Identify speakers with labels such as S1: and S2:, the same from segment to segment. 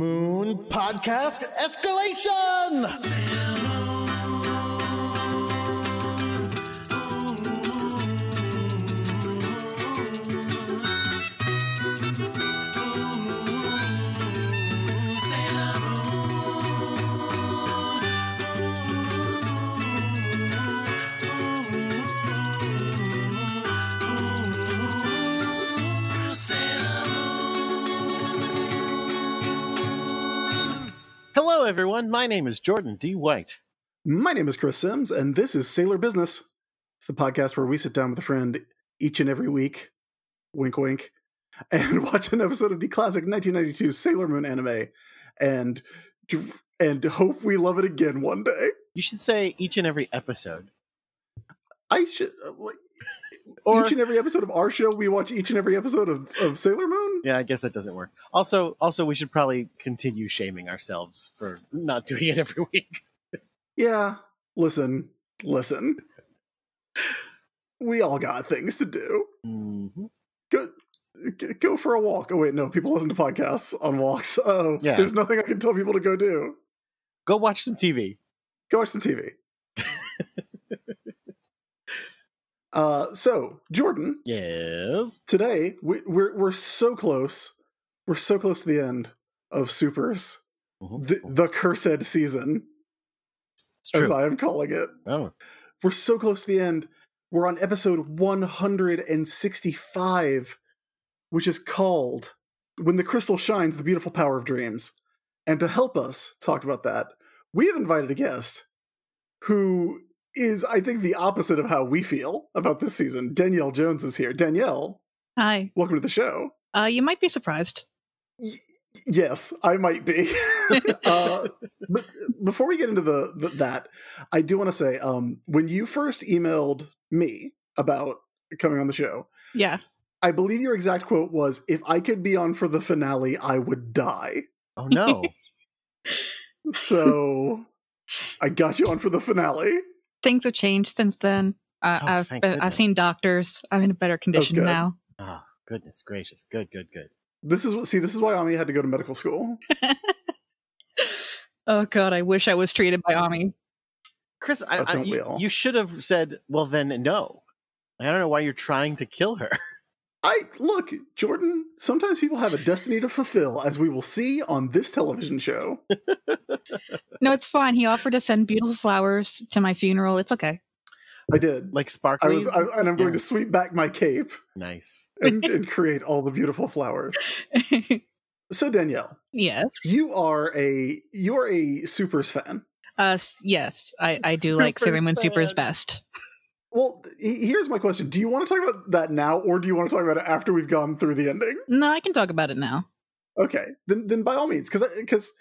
S1: Moon Podcast Escalation! Hello, everyone. My name is Jordan D. White.
S2: My name is Chris Sims, and this is Sailor Business. It's the podcast where we sit down with a friend each and every week, wink, wink, and watch an episode of the classic 1992 Sailor Moon anime, and and hope we love it again one day.
S1: You should say each and every episode.
S2: I should. uh, like,
S1: Or-
S2: each and every episode of our show, we watch each and every episode of, of Sailor Moon.
S1: Yeah, I guess that doesn't work. Also, also, we should probably continue shaming ourselves for not doing it every week.
S2: Yeah, listen, listen. We all got things to do.
S1: Mhm.
S2: go g- go for a walk. Oh wait, no, people listen to podcasts on walks. Oh,
S1: Yeah.
S2: there's nothing I can tell people to go do.
S1: Go watch some TV.
S2: Go watch some TV. uh, so Jordan,
S1: Yes.
S2: today we, we're we're so close. We're so close to the end of Supers,
S1: Mhm.
S2: the, the cursed season,
S1: It's
S2: as
S1: true.
S2: I am calling it.
S1: Oh,
S2: We're so close to the end. We're on episode 165, which is called When the Crystal Shines, the Beautiful Power of Dreams. And to help us talk about that, we have invited a guest who is, I think, the opposite of how we feel about this season. Danielle Jones is here. Danielle,
S3: Hi.
S2: welcome to the show.
S3: Uh, you might be surprised.
S2: Yes, I might be. uh, but before we get into the, the that, I do want to say um, when you first emailed me about coming on the show,
S3: Yeah.
S2: I believe your exact quote was, "If I could be on for the finale, I would die."
S1: oh no.
S2: So I got you on for the finale.
S3: Things have changed since then. Uh,
S1: Oh,
S3: I've
S1: thank
S3: been, I've
S1: goodness.
S3: seen doctors. I'm in a better condition
S2: Oh, good.
S3: now.
S1: Ah, goodness gracious. Good, good, good.
S2: This is what see. This is why Ami had to go to medical school.
S3: Oh god, I wish I was treated by Ami.
S1: Chris, I,
S2: Oh,
S1: I,
S2: don't we
S1: you,
S2: all?
S1: you should have said, well, then no. I don't know why you're trying to kill her.
S2: I look, Jordan. Sometimes people have a destiny to fulfill, as we will see on this television show.
S3: No, it's fine. He offered to send beautiful flowers to my funeral. It's okay.
S2: I did.
S1: Like
S2: I
S1: sparkly.
S2: was, I, and I'm going
S1: Yeah.
S2: to sweep back my cape
S1: nice.
S2: and, and create all the beautiful flowers. So Danielle,
S3: yes.
S2: you are a you are a supers fan.
S3: Uh, s- yes. I, I do like
S1: Super
S3: Sailor Moon Super is
S1: sad.
S3: best.
S2: Well, he- here's my question: Do you want to talk about that now, or do you want to talk about it after we've gone through the ending?
S3: No, I can talk about it now.
S2: Okay, then then by all means, because because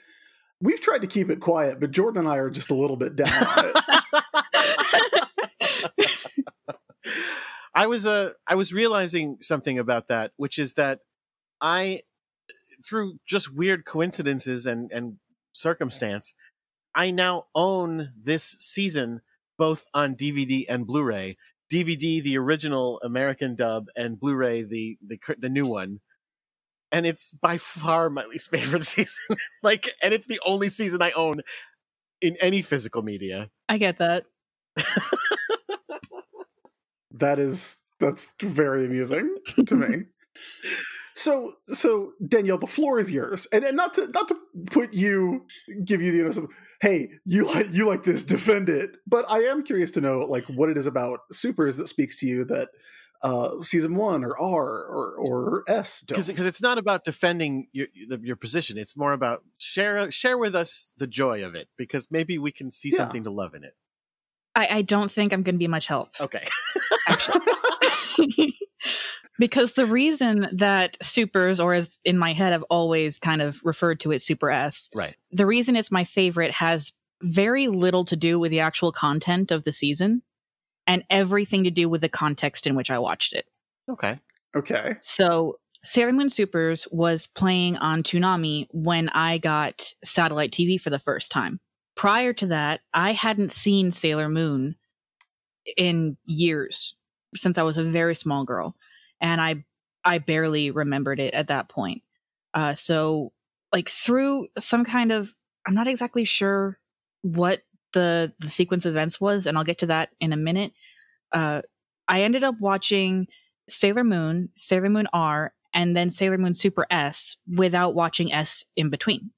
S2: we've tried to keep it quiet, but Jordan and I are just a little bit down. on it.
S1: I was uh, I was realizing something about that, which is that I, through just weird coincidences and and circumstance, I now own this season both on DVD and Blu-ray. DVD, the original American dub, and Blu-ray, the the cur- the new one. And it's by far my least favorite season. like, and it's the only season I own in any physical media.
S3: I get that.
S2: That is that's very amusing to me. So so Danielle, the floor is yours, and, and not to not to put you give you the you know some hey you like you like this defend it, but I am curious to know like what it is about supers that speaks to you that uh season one or R or or S don't.
S1: because it's not about defending your the- your position. It's more about share share with us the joy of it because maybe we can see
S2: Yeah.
S1: something to love in it.
S3: I, I don't think I'm going to be much help.
S1: Okay,
S3: because the reason that supers or as in my head i've always kind of referred to it super s
S1: Right.
S3: the reason it's my favorite has very little to do with the actual content of the season and everything to do with the context in which i watched it
S1: okay,
S2: Okay,
S3: so sailor moon supers was playing on toonami when i got satellite tv for the first time prior to that i hadn't seen sailor moon in years since I was a very small girl, and I I barely remembered it at that point. Uh, so like through some kind of I'm not exactly sure what the the sequence of events was, and I'll get to that in a minute. Uh, I ended up watching Sailor Moon, Sailor Moon R, and then Sailor Moon Super S without watching S in between.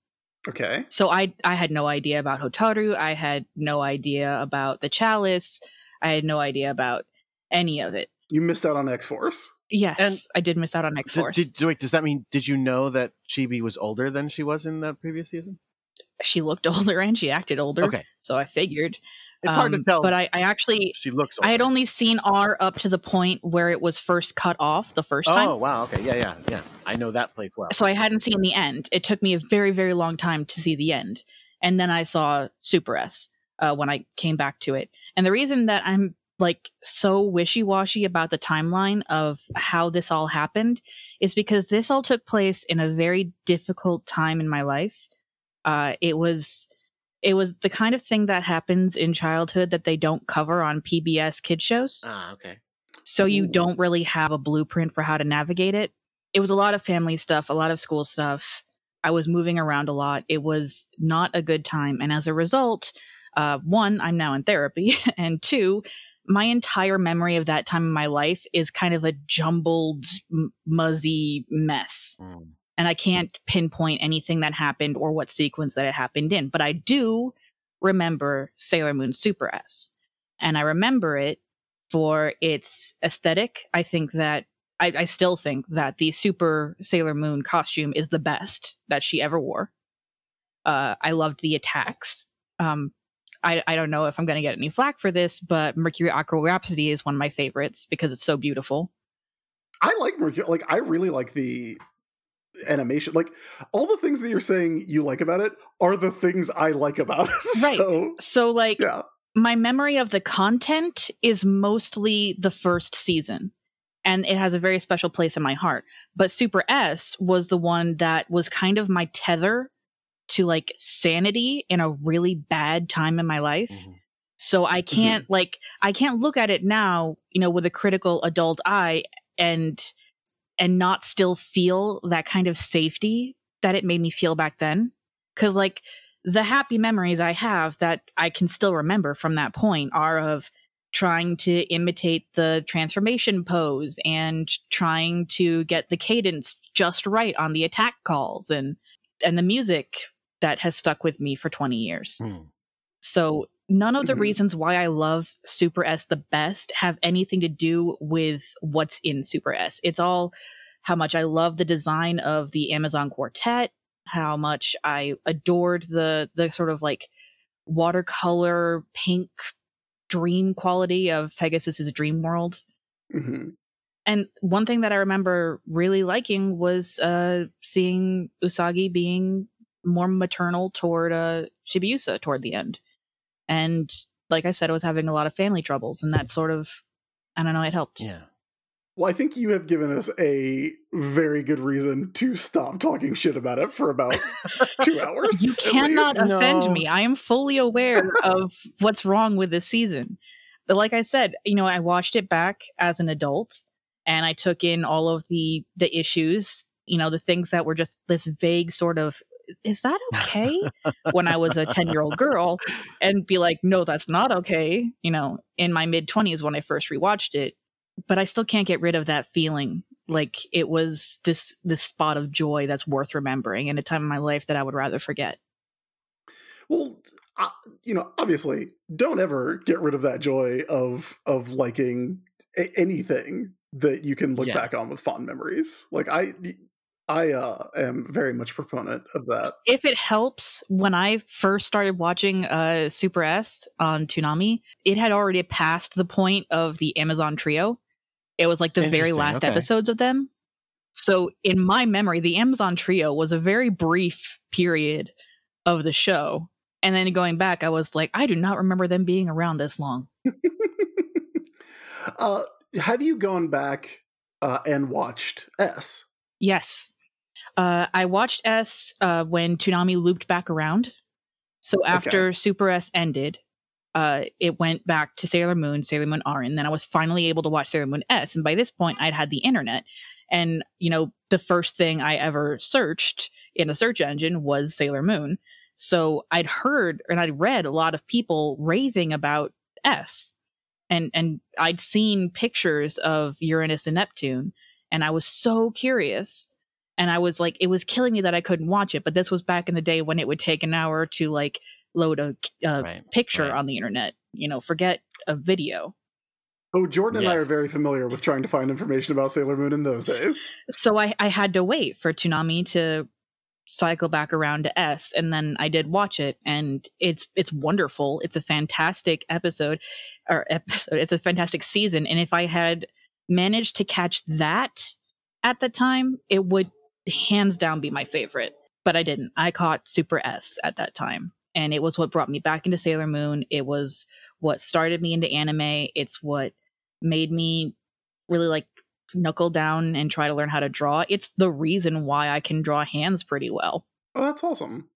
S2: Okay.
S3: So I I had no idea about Hotaru. I had no idea about the Chalice. I had no idea about any of it.
S2: You missed out on X Force.
S3: Yes,
S1: And-
S3: I did miss out on X
S1: Did,
S3: Force.
S1: did, wait, does that mean did you know that Chibi was older than she was in that previous season?
S3: She looked older and she acted older.
S1: Okay,
S3: So I figured.
S1: it's hard to
S3: Um,
S1: tell.
S3: But I, I actually
S1: she looks. Older.
S3: I had only seen R up to the point where it was first cut off the first time.
S1: Oh wow. Okay. Yeah. Yeah. Yeah. I know that place well.
S3: So I hadn't seen the end. It took me a very, very long time to see the end. And then I saw Super S uh, when I came back to it. And the reason that I'm like so wishy washy about the timeline of how this all happened is because this all took place in a very difficult time in my life. Uh, it was. It was the kind of thing that happens in childhood that they don't cover on PBS kid shows
S1: Ah. Okay.
S3: so you
S2: Ooh.
S3: don't really have a blueprint for how to navigate it. It was a lot of family stuff, a lot of school stuff. I was moving around a lot. It was not a good time. And as a result, uh, one, I'm now in therapy. And two, my entire memory of that time in my life is kind of a jumbled, m- muzzy mess
S1: Mm.
S3: and I can't pinpoint anything that happened or what sequence that it happened in, but I do remember Sailor Moon Super S. And I remember it for its aesthetic. I think that I, I still think that the Super Sailor Moon costume is the best that she ever wore. Uh, I loved the attacks. Um, I, I don't know if I'm going to get any flack for this, but Mercury Aqua Rhapsody is one of my favorites because it's so beautiful.
S2: I like Mercury. Like I really like the animation. Like all the things that you're saying you like about it are the things I like about it.
S3: Right.
S2: So,
S3: So, like,
S2: yeah.
S3: my memory of the content is mostly the first season and it has a very special place in my heart but super s was the one that was kind of my tether to like sanity in a really bad time in my life
S1: Mhm.
S3: so i can't like i can't look at it now you know with a critical adult eye and and not still feel that kind of safety that it made me feel back then because like the happy memories i have that i can still remember from that point are of trying to imitate the transformation pose and trying to get the cadence just right on the attack calls and and the music that has stuck with me for 20 years
S1: Hmm.
S3: so none of the
S2: Mhm.
S3: reasons why I love Super S the best have anything to do with what's in Super S. It's all how much I love the design of the Amazon Quartet, how much I adored the the sort of like watercolor pink dream quality of Pegasus's dream world.
S2: Mhm.
S3: And one thing that I remember really liking was uh, seeing Usagi being more maternal toward uh, Shibiusa toward the end. And like I said, I was having a lot of family troubles, and that sort of, I don't know, it helped.
S1: Yeah.
S2: Well, I think you have given us a very good reason to stop talking shit about it for about two hours.
S3: You
S2: at
S3: cannot
S2: least.
S3: offend
S1: No.
S3: me. I am fully aware of what's wrong with this season. But like I said, you know, I watched it back as an adult and I took in all of the the issues, you know, the things that were just this vague sort of is that okay when I was a 10-year-old girl and be like, "No, that's not okay." You know, in my mid 20s when I first rewatched it, but I still can't get rid of that feeling like it was this this spot of joy that's worth remembering in a time in my life that I would rather forget.
S2: Well, I, you know, obviously, don't ever get rid of that joy of of liking a- anything that you can look
S1: Yeah.
S2: back on with fond memories. Like I, I uh, am very much proponent of that.
S3: if it helps, when I first started watching uh, Super S on Toonami, it had already passed the point of the Amazon trio. It was like the very
S1: Interesting,
S3: last
S1: okay.
S3: episodes of them. So in my memory, the Amazon trio was a very brief period of the show. And then going back, I was like, I do not remember them being around this long.
S2: uh, have you gone back uh, and watched S?
S3: Yes. Uh, I watched S uh, when Toonami looped back around. So after Super S ended, uh, it went back to Sailor Moon, Sailor Moon R, and then I was finally able to watch Sailor Moon S. And by this point, I'd had the internet. And, you know, the first thing I ever searched in a search engine was Sailor Moon. So I'd heard and I'd read a lot of people raving about S. And and I'd seen pictures of Uranus and Neptune and I was so curious. And I was like it was killing me that I couldn't watch it, but this was back in the day when it would take an hour to like load a uh,
S4: right.
S3: picture
S4: right.
S3: on the internet, you know, forget a video.
S2: Oh, Jordan and I are
S4: Yes.
S2: very familiar with trying to find information about Sailor Moon in those days.
S3: so I, I had to wait for Toonami to cycle back around to S, and then I did watch it, and it's it's wonderful. It's a fantastic episode, or episode. It's a fantastic season, and if I had managed to catch that at the time, it would hands down be my favorite. But I didn't. I caught Super S at that time, and it was what brought me back into Sailor Moon. It was what started me into anime. It's what made me really like knuckle down and try to learn how to draw. It's the reason why I can draw hands pretty well.
S2: Oh, that's awesome.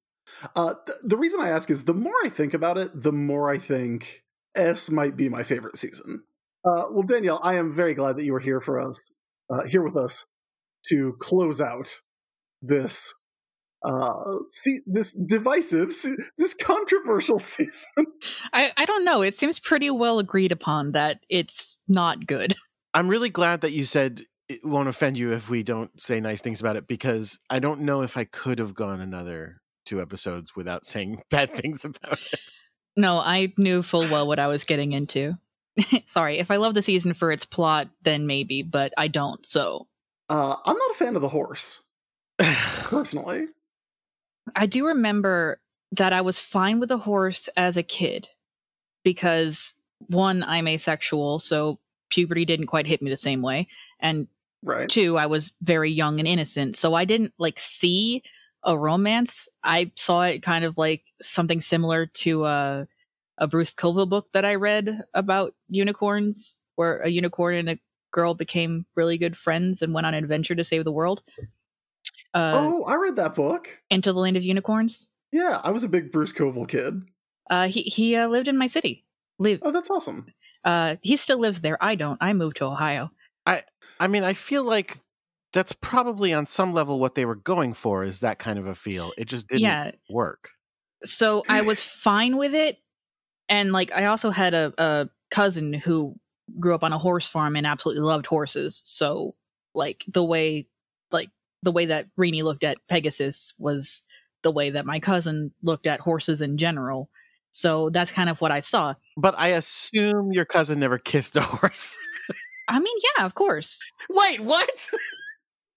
S2: Uh, th- the reason I ask is the more I think about it, the more I think S might be my favorite season. Uh, well, Danielle, I am very glad that you were here for us, uh, here with us, to close out this uh see this divisive se- this controversial season
S3: I, I don't know. It seems pretty well agreed upon that it's not good.
S1: I'm really glad that you said it won't offend you if we don't say nice things about it because I don't know if I could have gone another two episodes without saying bad things about it.
S3: No, I knew full well what I was getting into. Sorry, if I love the season for its plot, then maybe, but I don't. So
S2: uh i'm not a fan of the horse personally
S3: I do remember that I was fine with a horse as a kid because one, I'm asexual, so puberty didn't quite hit me the same way. And
S2: right
S3: two, I was very young and innocent, so I didn't like see a romance. I saw it kind of like something similar to uh, a Bruce Colville book that I read about unicorns, where a unicorn and a girl became really good friends and went on an adventure to save the world. Uh,
S2: oh i read that book
S3: Into the land of unicorns.
S2: yeah i was a big bruce koval kid
S3: Uh, he he uh, lived in my city. Live.
S2: oh that's awesome
S3: Uh, he still lives there. I don't. I moved to Ohio.
S1: I mean, I feel like that's probably on some level what they were going for is that kind of a feel. It just didn't
S3: Yeah.
S1: work.
S3: so I was fine with it. And like I also had a, a cousin who grew up on a horse farm and absolutely loved horses. So like the way like the way that Rini looked at Pegasus was the way that my cousin looked at horses in general. So that's kind of what I saw.
S1: But I assume your cousin never kissed a horse.
S3: I mean, yeah, of course.
S1: Wait, what?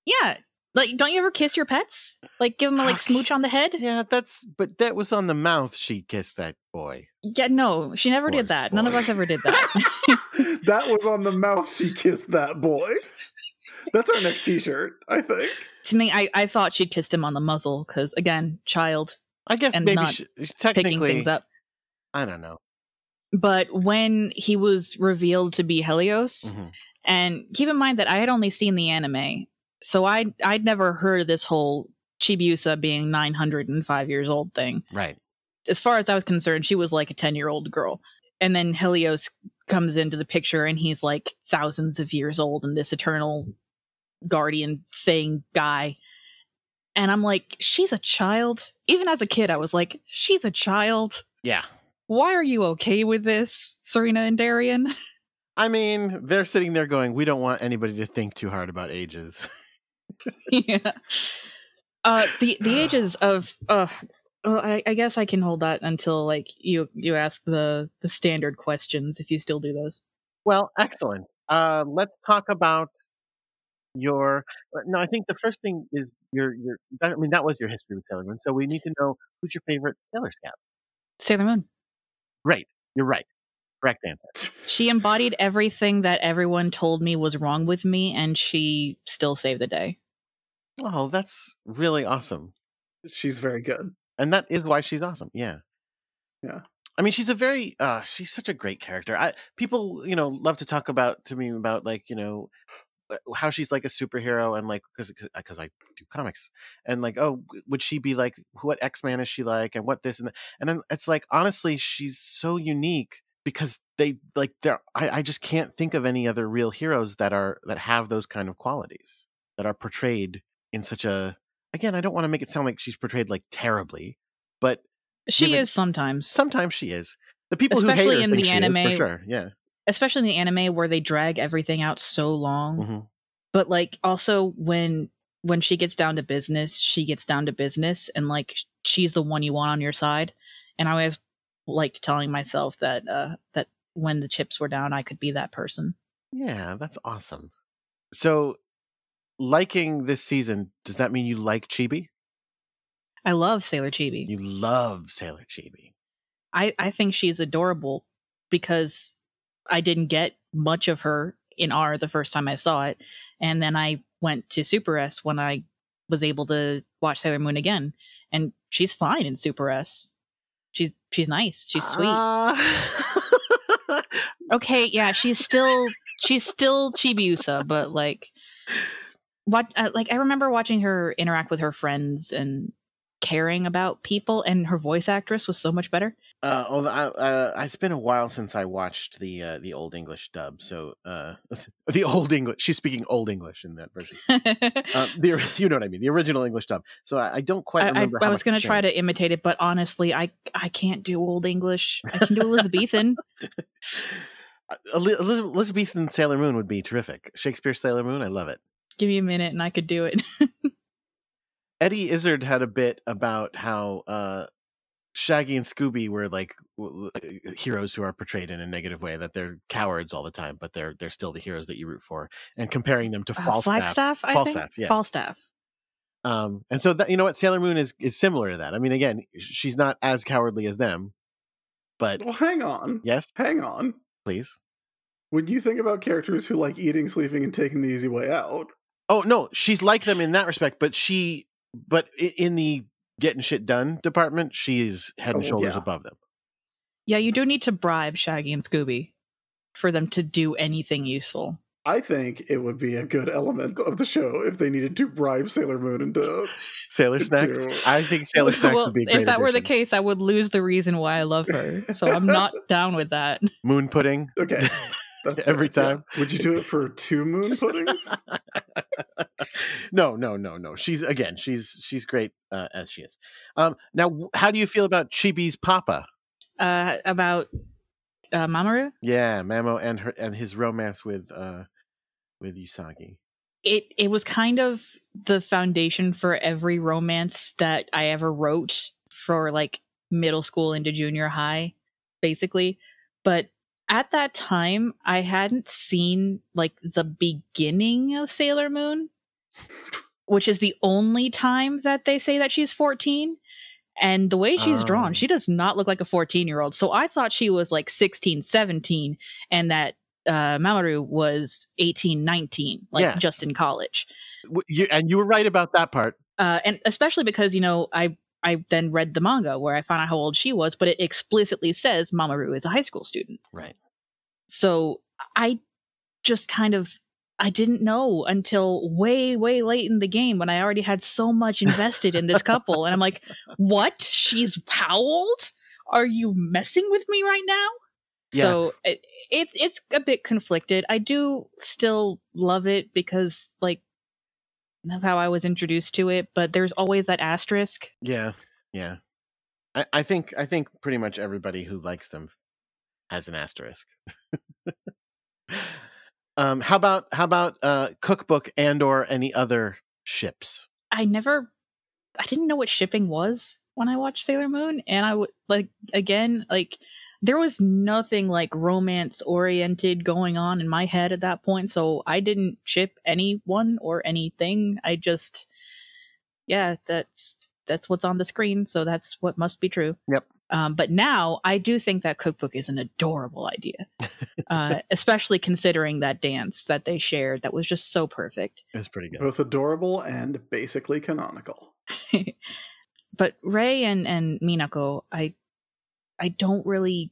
S3: Yeah. Like don't you ever kiss your pets? Like give them a like smooch on the head?
S1: Yeah, that's but that was on the mouth she kissed that boy.
S3: Yeah, no, she never
S1: Horse
S3: did that. None of
S1: boy.
S3: us ever did that.
S2: that was on the mouth she kissed that boy. That's our next t-shirt, I think.
S3: to me, I, I thought she'd kissed him on the muzzle because, again, child
S1: I guess
S3: And
S1: maybe
S3: not
S1: she,
S3: picking
S1: technically
S3: things up.
S1: I don't know.
S3: But when he was revealed to be Helios,
S1: Mhm.
S3: and keep in mind that I had only seen the anime, so I I'd never heard of this whole Chibiusa being 905 years old thing.
S1: Right.
S3: As far as I was concerned, she was like a 10 year old girl. And then Helios comes into the picture, and he's like thousands of years old, and this eternal guardian thing guy. And I'm like, she's a child. Even as a kid, I was like, she's a child.
S1: Yeah.
S3: why are you okay with this, Serena and Darian?
S1: I mean, they're sitting there going, "We don't want anybody to think too hard about ages."
S3: yeah. Uh, the the ages of uh, well, I, I guess I can hold that until like you you ask the the standard questions if you still do those.
S1: Well, excellent. Uh, let's talk about your. uh, No, I think the first thing is your your. that- I mean, that was your history with Sailor Moon, so we need to know who's your favorite Sailor Scout.
S3: Sailor Moon.
S1: You're right. Correct answer.
S3: She embodied everything that everyone told me was wrong with me, and she still saved the day.
S1: Oh, that's really awesome,
S2: She's very good.
S1: and that is why she's awesome. Yeah.
S2: Yeah.
S1: I mean, she's a very uh, she's such a great character. I people you know love to talk about to me about like you know uh, how she's like a superhero and like because because I do comics and like oh w- would she be like what X Man is she like and what this and that. and then it's like honestly she's so unique because they like there I, I just can't think of any other real heroes that are that have those kind of qualities that are portrayed in such a again, I don't want to make it sound like she's portrayed like terribly, but
S3: She
S1: Given-
S3: is sometimes.
S1: sometimes she is. The people who hate
S3: Especially
S1: her
S3: in
S1: think
S3: the
S1: she is,
S3: anime.
S1: for sure. Yeah.
S3: especially in the anime where they drag everything out so long
S1: hmm
S3: but like also when when she gets down to business she gets down to business and like sh- she's the one you want on your side and i always liked telling myself that uh that when the chips were down i could be that person
S1: Yeah, that's awesome. So, liking this season, does that mean you like Chibi?
S3: i love sailor chibi
S1: You love Sailor Chibi.
S3: i i think she's adorable because i didn't get much of her in r the first time i saw it and then i went to super s when i was able to watch sailor moon again and she's fine in super s she's she's nice she's sweet
S1: Ah.
S3: okay yeah she's still she's still chibiusa but like what uh, like i remember watching her interact with her friends and caring about people and her voice actress was so much better
S1: Uh, although I, uh, it's been a while since I watched the uh, the old English dub, so uh, the old English. She's speaking old English in that version. Uh, the you know what I mean, the original English dub. So I, I don't quite
S3: I, I,
S1: remember.
S3: I was going to try to imitate it, but honestly, I I can't do Old English. I can do Elizabethan.
S1: Uh, Elizabethan Sailor Moon would be terrific. Shakespeare Sailor Moon, I love it.
S3: Give me a minute, and I could do it.
S1: Eddie Izzard had a bit about how uh, Shaggy and Scooby were like w- w- heroes who are portrayed in a negative way, that they're cowards all the time, but they're they're still the heroes that you root for, and comparing them to
S3: Uh,
S1: Falstaff.
S3: Flagstaff, I
S1: Falstaff,
S3: think.
S1: yeah.
S3: Falstaff.
S1: Um, and so that you know what Sailor Moon is is similar to that. I mean, again, she's not as cowardly as them, but
S2: Well, hang on.
S1: yes,
S2: Hang on.
S1: please.
S2: When you think about characters who like eating, sleeping, and taking the easy way out,
S1: Oh no, she's like them in that respect, but she, but i- in the getting shit done department, she's head and
S2: Oh,
S1: shoulders
S2: yeah.
S1: above them.
S3: Yeah, you do need to bribe Shaggy and Scooby for them to do anything useful.
S2: I think it would be a good element of the show if they needed to bribe Sailor Moon into
S1: Sailor
S2: Dude.
S1: snacks. I think Sailor snacks
S3: well,
S1: would be a
S3: if
S1: great.
S3: that were the
S1: addition.
S3: case, I would lose the reason why I love her. So I'm not down with that.
S1: moon pudding.
S2: Okay. That's
S1: Every
S2: fair, yeah.
S1: time.
S2: Would you do it for two moon puddings?
S1: no, no, no, no. She's again. She's she's great uh, as she is. Um, now, w- how do you feel about Chibi's papa?
S3: Uh, about uh, Mamoru,
S1: Yeah, Mamo and her and his romance with uh with Usagi.
S3: it it was kind of the foundation for every romance that I ever wrote for like middle school into junior high, basically. But at that time, I hadn't seen like the beginning of Sailor Moon, which is the only time that they say that she's 14. And the way she's
S1: Oh.
S3: drawn, she does not look like a 14 year old. So I thought she was like 16, 17, and that uh, Mamoru was 18, 19, like
S1: Yes.
S3: just in college.
S1: W- You, and you were right about that part.
S3: Uh, and especially because, you know, I, I then read the manga where I found out how old she was, but it explicitly says Mamoru is a high school student.
S1: Right.
S3: So I just kind of I didn't know until way way late in the game when I already had so much invested in this couple and I'm like, "What? She's how old? Are you messing with me right now?"
S1: Yeah.
S3: So it, it it's a bit conflicted. I do still love it because like of how I was introduced to it, but there's always that asterisk.
S1: Yeah. Yeah. I, I think I think pretty much everybody who likes them has an asterisk. um, how about how about uh, cookbook and or any other ships?
S3: I never, I didn't know what shipping was when I watched Sailor Moon, and I would like again, like there was nothing like romance oriented going on in my head at that point, so I didn't ship anyone or anything. I just, yeah, that's that's what's on the screen, so that's what must be true.
S1: Yep.
S3: Um, but now I do think that cookbook is an adorable idea, uh, especially considering that dance that they shared that was just so perfect.
S1: It's pretty good.
S2: Both adorable and basically canonical.
S3: but Ray and and Minako, I I don't really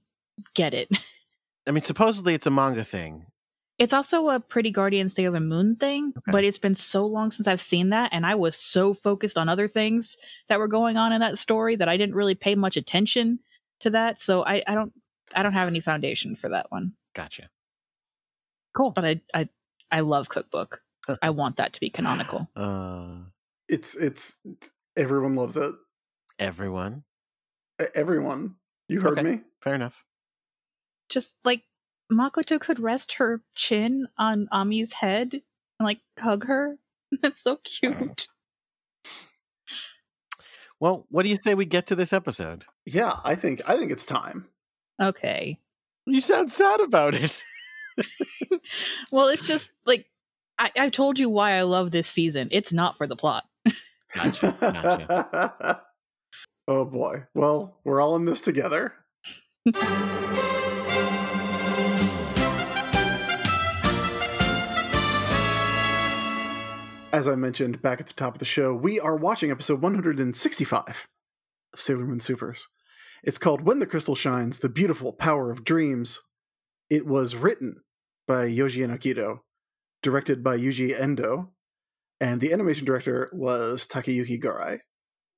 S3: get it.
S1: I mean, supposedly it's a manga thing.
S3: It's also a Pretty Guardian Sailor Moon thing,
S1: Okay.
S3: but it's been so long since I've seen that, and I was so focused on other things that were going on in that story that I didn't really pay much attention to that. So I, I don't I don't have any foundation for that one.
S1: Gotcha.
S3: But I I, I love Cookbook. I want that to be canonical.
S1: Uh,
S2: It's it's everyone loves it.
S1: Everyone.
S2: E- Everyone. You heard
S1: Okay.
S2: me?
S1: Fair enough.
S3: Just like Makoto could rest her chin on Ami's head and like hug her. That's so cute.
S1: Well, what do you say we get to this episode?
S2: Yeah, I think I think it's time.
S3: Okay.
S1: You sound sad about it.
S3: Well, it's just like I, I told you why I love this season. It's not for the plot.
S1: Gotcha,
S2: oh boy. Well, we're all in this together. As I mentioned back at the top of the show, we are watching episode 165 of Sailor Moon Supers. It's called When the Crystal Shines The Beautiful Power of Dreams. It was written by Yoji Enokido, directed by Yuji Endo, and the animation director was Takayuki Garai.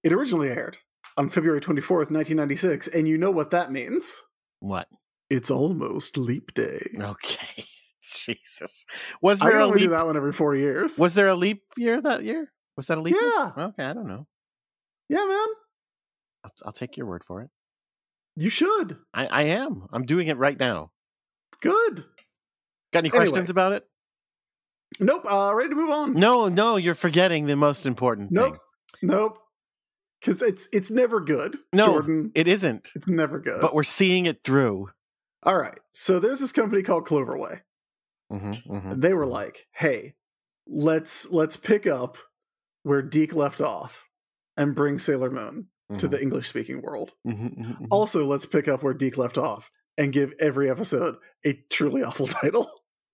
S2: It originally aired on February 24th, 1996, and you know what that means.
S1: What?
S2: It's almost leap day.
S1: Okay. Jesus. Was
S2: I
S1: Oh, there a
S2: only do
S1: leap?
S2: that one every four years.
S1: Was there a leap year that year? Was that a leap? year?
S2: yeah,
S1: Okay, I don't know.
S2: yeah, man.
S1: I'll, I'll take your word for it.
S2: You should.
S1: I, I am. I'm doing it right now.
S2: Good.
S1: Got any
S2: Anyway.
S1: questions about it?
S2: Nope. Uh, ready to move on.
S1: No, no, you're forgetting the most important
S2: Nope.
S1: thing.
S2: Nope. Because it's it's never good.
S1: No,
S2: Jordan.
S1: It isn't,
S2: it's never good.
S1: but we're seeing it through.
S2: All right. So there's this company called Cloverway.
S1: Mm-hmm,
S2: And they were like, "Hey, let's let's pick up where Deke left off and bring Sailor Moon
S1: Mm-hmm,
S2: to the English speaking world. Also, let's pick up where Deke left off and give every episode a truly awful title."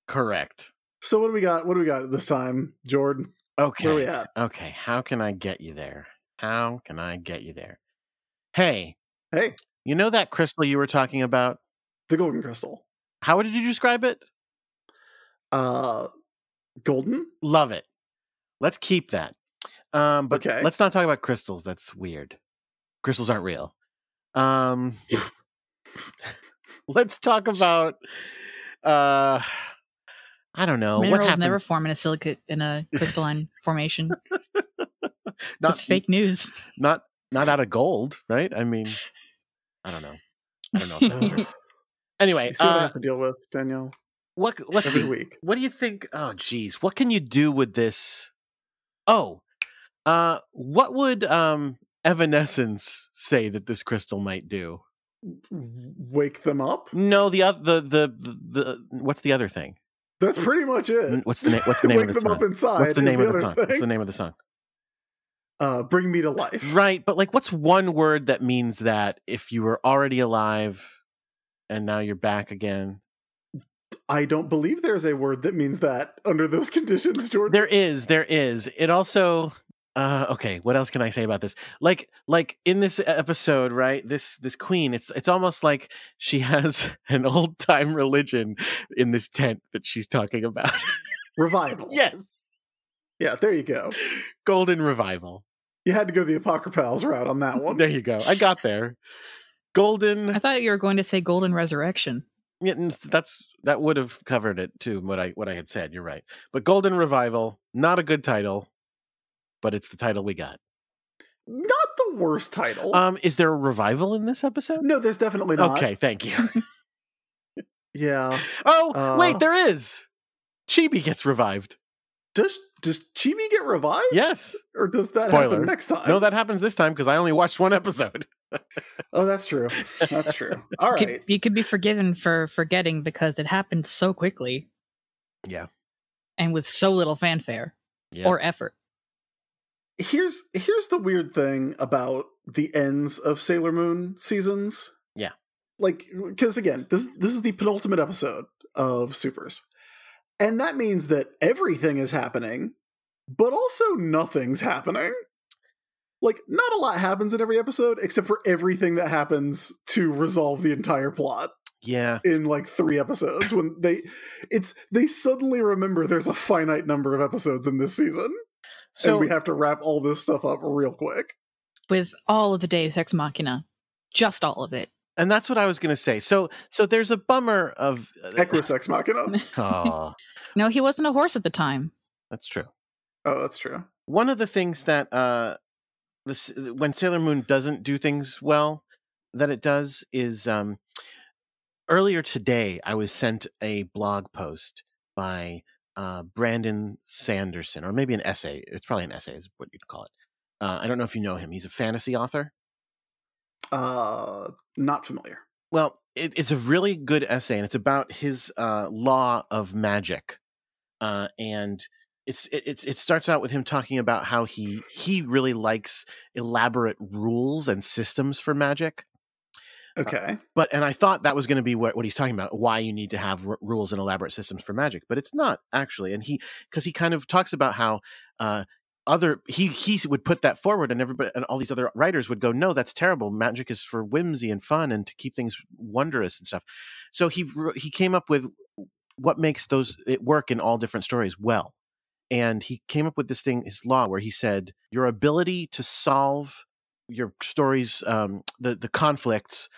S1: correct.
S2: So what do we got? What do we got this time, Jordan? Where we
S1: Okay.
S2: at?
S1: Okay. How can I get you there? How can I get you there? Hey,
S2: Hey,
S1: you know that crystal you were talking about?
S2: the Golden Crystal.
S1: How did you describe it?
S2: Uh, golden.
S1: Love it. Let's keep that. Um, but
S2: Okay.
S1: let's not talk about crystals. That's weird. Crystals aren't real. Um, let's talk about. Uh, I don't know what
S3: Minerals
S1: happened.
S3: never form in a silicate in a crystalline formation.
S1: not
S3: That's fake news.
S1: Not not out of gold, right? I mean, I don't know. I don't know. If that's true.
S2: Ugh.
S1: Anyway,
S2: you see what I
S1: uh,
S2: have to deal with, Danielle,
S1: what let's
S2: every
S1: see.
S2: week.
S1: What do you think? Oh, geez, what can you do with this? Oh, uh, what would um Evanescence say that this crystal might do?
S2: Wake them up.
S1: No, the other the the the, the what's the other thing?
S2: That's pretty much it.
S1: N- what's the na- what's the name of
S2: Wake
S1: the
S2: them up
S1: song?
S2: inside.
S1: What's the
S2: Ah, is
S1: name of
S2: other
S1: the song? What's
S2: thing.
S1: the name of the song?
S2: uh, bring me to life.
S1: Right, but like, what's one word that means that if you were already alive and now you're back again?
S2: I don't believe there's a word that means that under those conditions, Jordan.
S1: There is, there is. It also uh okay, what else can I say about this? Like like in this e, episode, right? This this queen, it's it's almost like she has an old-time religion in this tent that she's talking about.
S2: Revival.
S1: yes.
S2: Yeah, there you go.
S1: Golden revival.
S2: You had to go the Apocryphals route on that one.
S1: There you go. I got there. Golden
S3: I thought you were going to say golden resurrection.
S1: yeah, and that's that would have covered it too what I what I had said. You're right. But Golden Revival, not a good title, but it's the title we got.
S2: Not the worst title.
S1: Um is there a revival in this episode?
S2: no, there's definitely not.
S1: Okay, thank you.
S2: Yeah.
S1: Oh,
S2: Uh,
S1: wait, there is. Chibi gets revived.
S2: Does does Chibi get revived?
S1: Yes.
S2: Or does that
S1: Spoiler.
S2: happen next time?
S1: No, that happens this time because I only watched one episode.
S2: Oh, that's true. That's true. All
S3: You could-
S2: right.
S3: You could be forgiven for forgetting because it happened so quickly.
S1: Yeah.
S3: And with so little fanfare
S1: Yeah.
S3: or effort.
S2: Here's here's the weird thing about the ends of Sailor Moon seasons.
S1: Yeah.
S2: Like cuz again, this this is the penultimate episode of Supers. And that means that everything is happening, but also nothing's happening. Like not a lot happens in every episode except for everything that happens to resolve the entire plot
S1: yeah.
S2: in like 3 episodes when they it's they suddenly remember there's a finite number of episodes in this season
S1: So
S2: and we have to wrap all this stuff up real quick.
S3: With all of the Deus Ex Machina. Just all of it.
S1: and that's what I was going to say. So so there's a bummer of uh,
S2: Equus Ex Machina.
S1: Oh,
S3: No, he wasn't a horse at the time.
S1: that's true.
S2: Oh, that's true.
S1: one of the things that uh, this when Sailor Moon doesn't do things well that it does is um, earlier today I was sent a blog post by uh, Brandon Sanderson or maybe an essay. It's probably an essay is what you'd call it. Uh, I don't know if you know him. He's a fantasy author.
S2: Uh, not familiar.
S1: Well, it, it's a really good essay, and it's about his uh, law of magic. Uh, and it's it, it it starts out with him talking about how he he really likes elaborate rules and systems for magic.
S2: Okay.
S1: But and I thought that was going to be what, what he's talking about, why you need to have r- rules and elaborate systems for magic, but it's not actually. And he because he kind of talks about how. Uh, other he he would put that forward and everybody and all these other writers would go no that's terrible magic is for whimsy and fun and to keep things wondrous and stuff so he wr- he came up with what makes those it work in all different stories well and he came up with this thing his law where he said your ability to solve your stories um, the the conflicts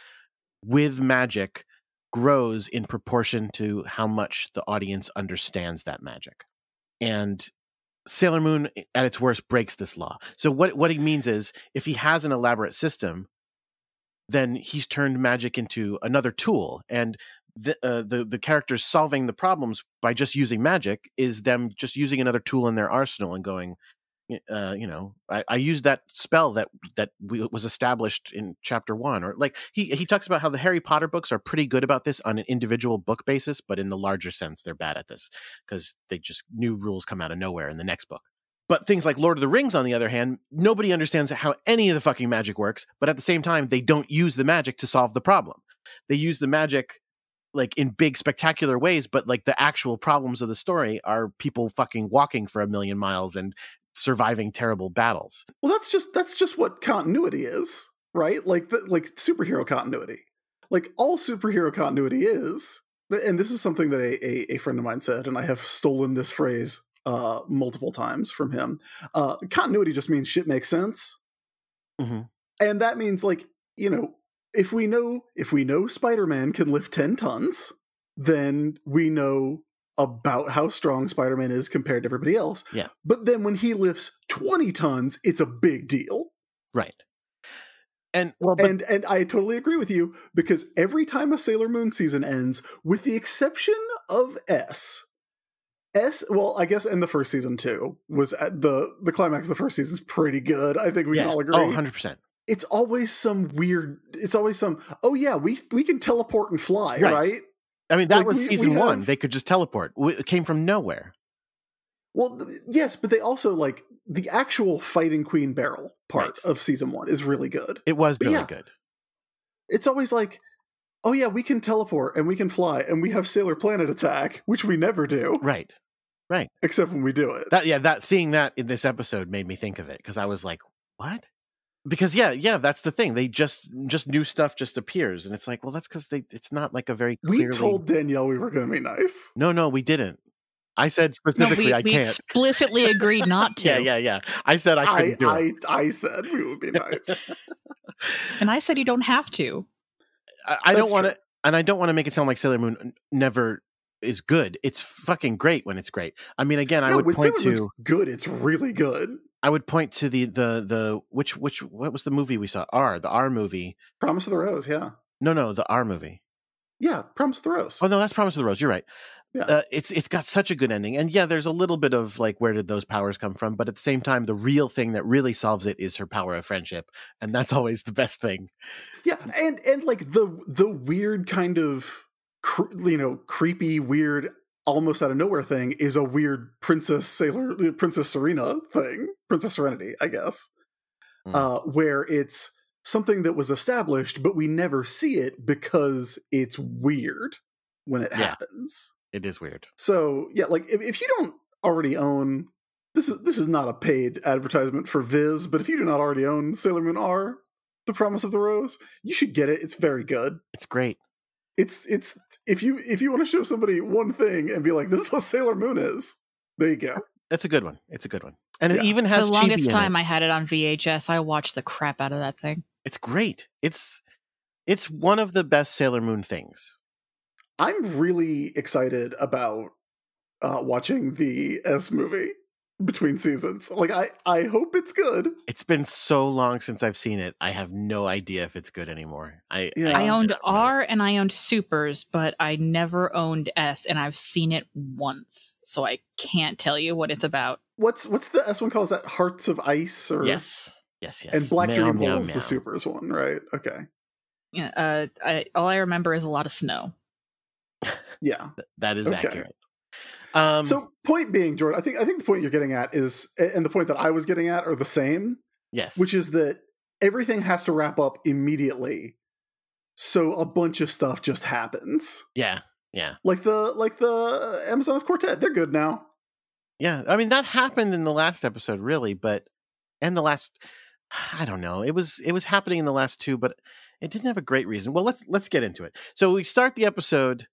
S1: with magic grows in proportion to how much the audience understands that magic and Sailor Moon at its worst breaks this law. So what what he means is if he has an elaborate system, then he's turned magic into another tool, and the uh, the the characters solving the problems by just using magic is them just using another tool in their arsenal and going, uh, you know, I, I used that spell that that we, uh, was established in chapter one, or like he he talks about how the Harry Potter books are pretty good about this on an individual book basis, but in the larger sense, they're bad at this because they just new rules come out of nowhere in the next book. But things like Lord of the Rings, on the other hand, nobody understands how any of the fucking magic works. But at the same time, they don't use the magic to solve the problem. They use the magic like in big spectacular ways but like the actual problems of the story are people fucking walking for a million miles and surviving terrible battles.
S2: Well, that's just that's just what continuity is, right? Like the, like superhero continuity. Like all superhero continuity is, and this is something that a, a, a friend of mine said, and I have stolen this phrase uh, multiple times from him. Uh, continuity just means shit makes sense,
S1: Mhm.
S2: and that means like you know if we know if we know Spider Man can lift ten tons, then we know about how strong Spider Man is compared to everybody else.
S1: Yeah.
S2: But then when he lifts 20 tons, it's a big deal.
S1: Right. And well, but,
S2: and and I totally agree with you because every time a Sailor Moon season ends, with the exception of S, S well, I guess in the first season too was at the the climax of the first season is pretty good. I think we
S1: yeah.
S2: can all agree.
S1: Oh, 100%.
S2: it's always some weird it's always some oh yeah, we we can teleport and fly,
S1: Right.
S2: right?
S1: I mean, that
S2: Like,
S1: was
S2: we- we
S1: season one.
S2: have-
S1: They could just teleport. W- It came from nowhere.
S2: Well, th- yes, but they also like the actual fighting Queen Barrel part
S1: Right.
S2: of season 1 is really good.
S1: It was
S2: But
S1: really
S2: yeah.
S1: good.
S2: it's always like, oh yeah, we can teleport and we can fly and we have Sailor Planet attack, which we never do,
S1: Right.
S2: except when we do it.
S1: That yeah, that seeing that in this episode made me think of it because I was like, what? Because yeah, yeah, that's the thing. They just just new stuff just appears, and it's like, well, that's because they it's not like a very
S2: we
S1: clearly.
S2: told Danielle we were going to be nice.
S1: no, no, we didn't. I said
S3: No,
S1: specifically,
S3: we,
S1: I
S3: we
S1: can't.
S3: explicitly agreed not to.
S1: Yeah, yeah, yeah. I said I
S2: I
S1: couldn't do it.
S2: I, I said we would be nice.
S3: And I said you don't have to.
S1: I, I don't
S2: That's
S1: want to,
S2: true.
S1: and I don't want to make it sound like Sailor Moon n- never is good. It's fucking great when it's great. I mean, again, I
S2: no,
S1: would
S2: when
S1: point
S2: Sailor Moon's
S1: to,
S2: good, it's really good.
S1: I would point to the the the which which what was the movie we saw? R the R movie.
S2: Promise of the Rose, yeah,
S1: No, no, the R movie.
S2: yeah, Promise of the Rose.
S1: Oh no, that's Promise of the Rose. You're right.
S2: Yeah.
S1: Uh, it's it's got such a good ending, and yeah, there's a little bit of like where did those powers come from? But at the same time, the real thing that really solves it is her power of friendship, and that's always the best thing.
S2: Yeah, and and like the the weird kind of cr- you know creepy weird almost out of nowhere thing is a weird princess sailor princess Serena thing, Princess Serenity, I guess,
S1: Mm.
S2: uh, where it's something that was established but we never see it because it's weird when it
S1: Yeah.
S2: happens.
S1: It is weird.
S2: So yeah, like if, if you don't already own this is this is not a paid advertisement for Viz, but if you do not already own Sailor Moon R, The Promise of the Rose, you should get it. It's very good.
S1: It's great.
S2: It's it's if you if you want to show somebody one thing and be like, this is what Sailor Moon is, there you go.
S1: That's a good one. It's a good one, and it
S2: Yeah.
S1: even has
S3: the
S1: Chibi
S3: longest
S1: in it.
S3: time I had it on VHS, I watched the crap out of that thing.
S1: It's great. It's it's one of the best Sailor Moon things.
S2: I'm really excited about uh watching the S movie between seasons. Like I, I hope it's good.
S1: It's been so long since I've seen it. I have no idea if it's good anymore. I
S2: Yeah.
S3: I
S1: don't
S3: owned
S1: know.
S3: R and I owned Supers, but I never owned S, and I've seen it once, so I can't tell you what it's about.
S2: What's what's the S one calls that Hearts of Ice or
S1: Yes. Yes, yes.
S2: and Black
S1: Meow,
S2: Dream
S1: meow,
S2: Hole is
S1: meow.
S2: the supers one, right? Okay,
S3: Yeah, Uh, I, all I remember is a lot of snow.
S2: yeah.
S1: That is
S2: Okay.
S1: accurate. Um
S2: so point being, Jordan, I think I think the point you're getting at is, and the point that I was getting at are the same,
S1: yes.
S2: which is that everything has to wrap up immediately, so a bunch of stuff just happens.
S1: yeah. Yeah.
S2: Like the like the Amazon's Quartet, they're good now.
S1: Yeah. I mean that happened in the last episode really, but and the last I don't know. It was it was happening in the last two, but it didn't have a great reason. Well, let's let's get into it. So we start the episode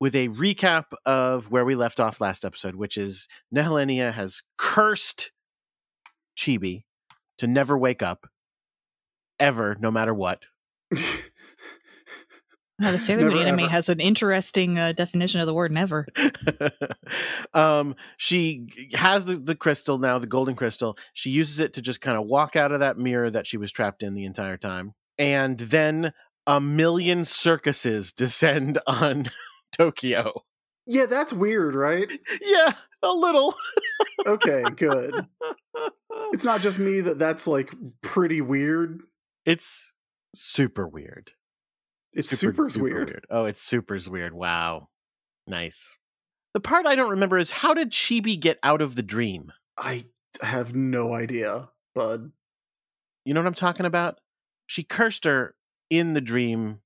S1: with a recap of where we left off last episode, which is Nehelenia has cursed Chibi to never wake up ever, no matter what.
S3: Uh, the Sailor Moon
S2: Never
S3: anime
S2: ever.
S3: has an interesting uh, definition of the word "never."
S1: um, she g- has the, the crystal now, the golden crystal. She uses it to just kind of walk out of that mirror that she was trapped in the entire time. And then a million circuses descend on Tokyo.
S2: yeah, that's weird, right?
S1: Yeah, a little.
S2: Okay, good. It's not just me that that's like pretty weird.
S1: It's super weird.
S2: It's
S1: Super,
S2: super, super's
S1: duper
S2: weird.
S1: Oh, it's super's weird. Wow. Nice. The part I don't remember is how did Chibi get out of the dream?
S2: I have no idea, bud.
S1: You know what I'm talking about? She cursed her in the dream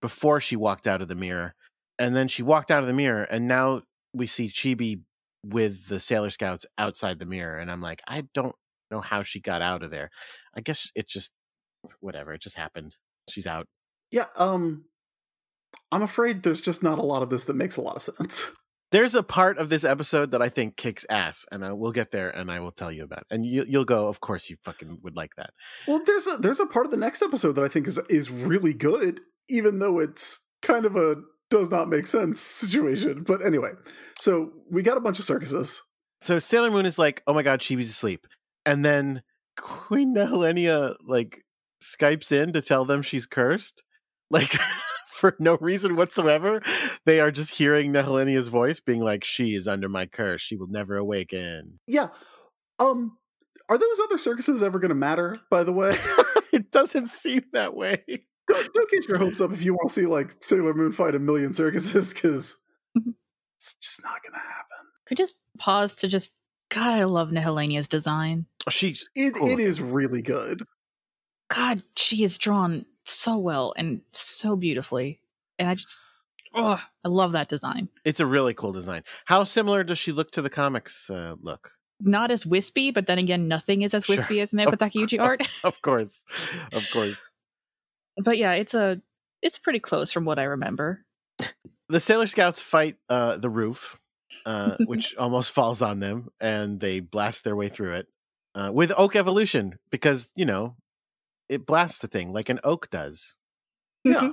S1: before she walked out of the mirror. And then she walked out of the mirror, and now we see Chibi with the Sailor Scouts outside the mirror. And I'm like, I don't know how she got out of there. I guess it just, whatever, it just happened. She's out.
S2: Yeah, um I'm afraid there's just not a lot of this that makes a lot of sense.
S1: There's a part of this episode that I think kicks ass, and I, we'll get there and I will tell you about it. And you, you'll go, of course, you fucking would like that.
S2: Well, there's a there's a part of the next episode that I think is is really good, even though it's kind of a does not make sense situation. But anyway, so we got a bunch of circuses.
S1: so Sailor Moon is like, oh my god, Chibi's asleep, and then Queen Nehelenia like skypes in to tell them she's cursed, like for no reason whatsoever. They are just hearing Nehelenia's voice being like, she is under my curse, she will never awaken.
S2: Yeah. Um are those other circuses ever going to matter, by the way?
S1: it doesn't seem that way.
S2: don't, don't get your hopes up if you want to see like Sailor Moon fight a million circuses because it's just not gonna happen.
S3: Could just pause to just God, I love Nehelenia's design.
S1: She's
S2: It
S1: Cool
S2: it is really good.
S3: God, she is drawn so well and so beautifully, and I just, oh, I love that design.
S1: it's a really cool design. How similar does she look to the comics uh, look?
S3: Not as wispy, but then again, nothing is as
S1: Sure.
S3: wispy as Neko
S1: Of
S3: Takeuchi art.
S1: Of course, of course.
S3: But yeah, it's a, it's pretty close from what I remember.
S1: the Sailor Scouts fight uh, the roof, uh, which almost falls on them, and they blast their way through it uh, with Oak Evolution because you know it blasts the thing like an oak does. Mm-hmm.
S2: Yeah.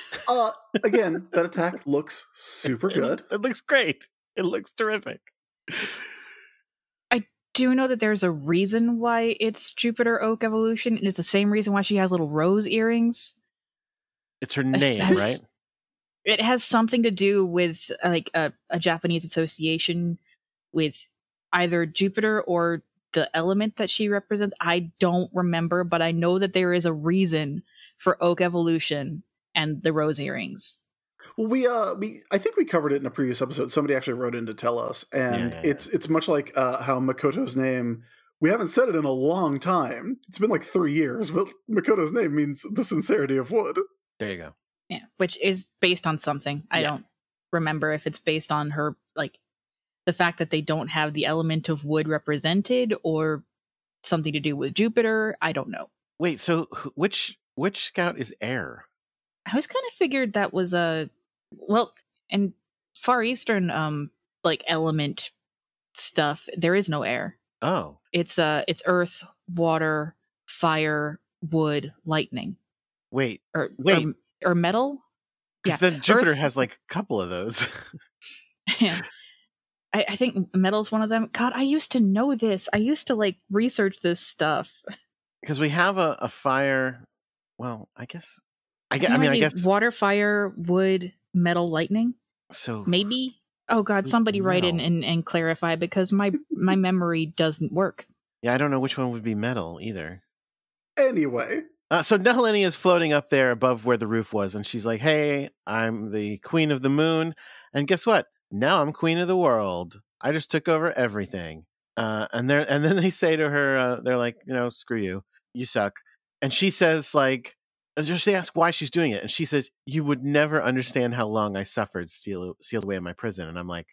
S2: uh again, that attack looks super
S1: It-
S2: good.
S1: It, looks great. It looks terrific.
S3: Do you know that there's a reason why it's Jupiter Oak evolution, and it's the same reason why she has little rose earrings?
S1: It's her name,
S3: that's-
S1: right?
S3: it has something to do with uh, like a, a Japanese association with either Jupiter or the element that she represents. I don't remember, but I know that there is a reason for oak evolution and the rose earrings.
S2: Well, we uh we I think we covered it in a previous episode. Somebody actually wrote in to tell us, and
S1: yeah, yeah.
S2: it's it's much like uh, how Makoto's name. We haven't said it in a long time. It's been like three years, but Makoto's name means the sincerity of wood.
S1: There you go.
S3: Yeah, which is based on something. I
S1: Yeah.
S3: don't remember if it's based on her like the fact that they don't have the element of wood represented or something to do with Jupiter. I don't know.
S1: Wait, so wh- which which scout is air?
S3: I always kind of figured that was a well, in Far Eastern um like element stuff, there is no air.
S1: Oh,
S3: It's uh it's earth, water, fire, wood, lightning.
S1: wait,
S3: Or or-
S1: Wait.
S3: or, metal?
S1: because
S3: Yeah,
S1: then Jupiter
S3: Earth-
S1: has like a couple of those.
S3: Yeah. I, I think metal's one of them. God, I used to know this. I used to like research this stuff.
S1: because we have a, a fire. Well, I guess. I, gue-
S3: You
S1: I
S3: know
S1: mean,
S3: what
S1: I guess.
S3: water, fire, wood, metal, lightning,
S1: So
S3: maybe. Oh God,
S1: Who
S3: somebody write in
S1: knows?
S3: and, and clarify because my my memory doesn't work.
S1: yeah, I don't know which one would be metal either.
S2: Anyway,
S1: Uh, so Nehelini is floating up there above where the roof was, and she's like, "Hey, I'm the queen of the moon, and guess what? Now I'm queen of the world. I just took over everything." Uh, and they and then they say to her, uh, "They're like, you know, screw you, you suck." And she says, like, and just they ask why she's doing it, and she says, "You would never understand how long I suffered sealed sealed away in my prison." And I'm like,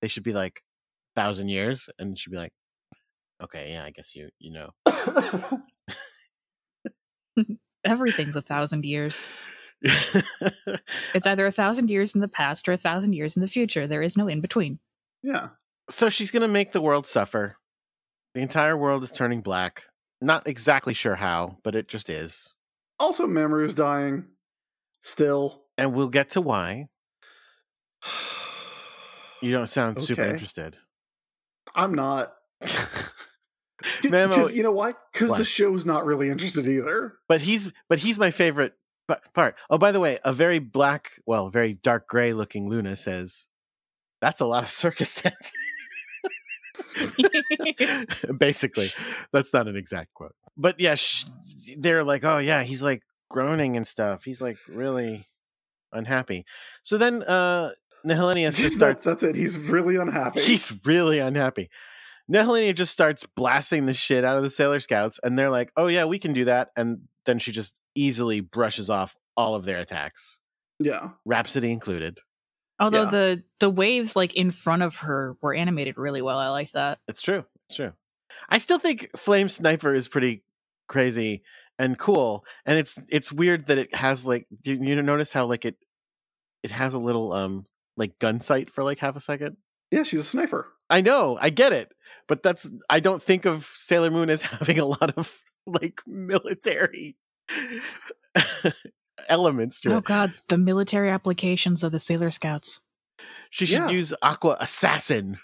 S1: they should be like, thousand years, and she'd be like, "Okay, yeah, I guess you you know."
S3: Everything's a thousand years. It's either a thousand years in the past or a thousand years in the future. There is no in between.
S2: yeah.
S1: so she's going to make the world suffer. The entire world is turning black. Not exactly sure how, but it just is.
S2: Also, Mamoru's dying. Still.
S1: And we'll get to why. You don't sound super
S2: Okay.
S1: interested.
S2: I'm not. Ju-
S1: Memo-
S2: 'cause you know why? Because
S1: Why?
S2: the show's not really interested either.
S1: but he's but he's my favorite pa- part. Oh, by the way, a very black, well, very dark gray looking Luna says, "That's a lot of circus dancing." basically that's not an exact quote but yeah sh- they're like oh yeah he's like groaning and stuff he's like really unhappy so then uh Nehelenia just
S2: That-
S1: starts
S2: that's it. He's really unhappy.
S1: he's really unhappy Nehelenia just starts blasting the shit out of the sailor scouts and they're like oh yeah we can do that and then she just easily brushes off all of their attacks
S2: yeah.
S1: rhapsody included
S3: Although
S2: Yeah.
S3: the the waves like in front of her were animated really well. I like that.
S1: It's true. It's true. I still think Flame Sniper is pretty crazy and cool, and it's it's weird that it has like you, you notice how like it it has a little um like gun sight for like half a second.
S2: Yeah, she's a sniper.
S1: I know, I get it, but that's I don't think of Sailor Moon as having a lot of like military elements to
S3: Oh
S1: it.
S3: God, the military applications of the Sailor Scouts.
S1: She should
S2: Yeah.
S1: use Aqua Assassin.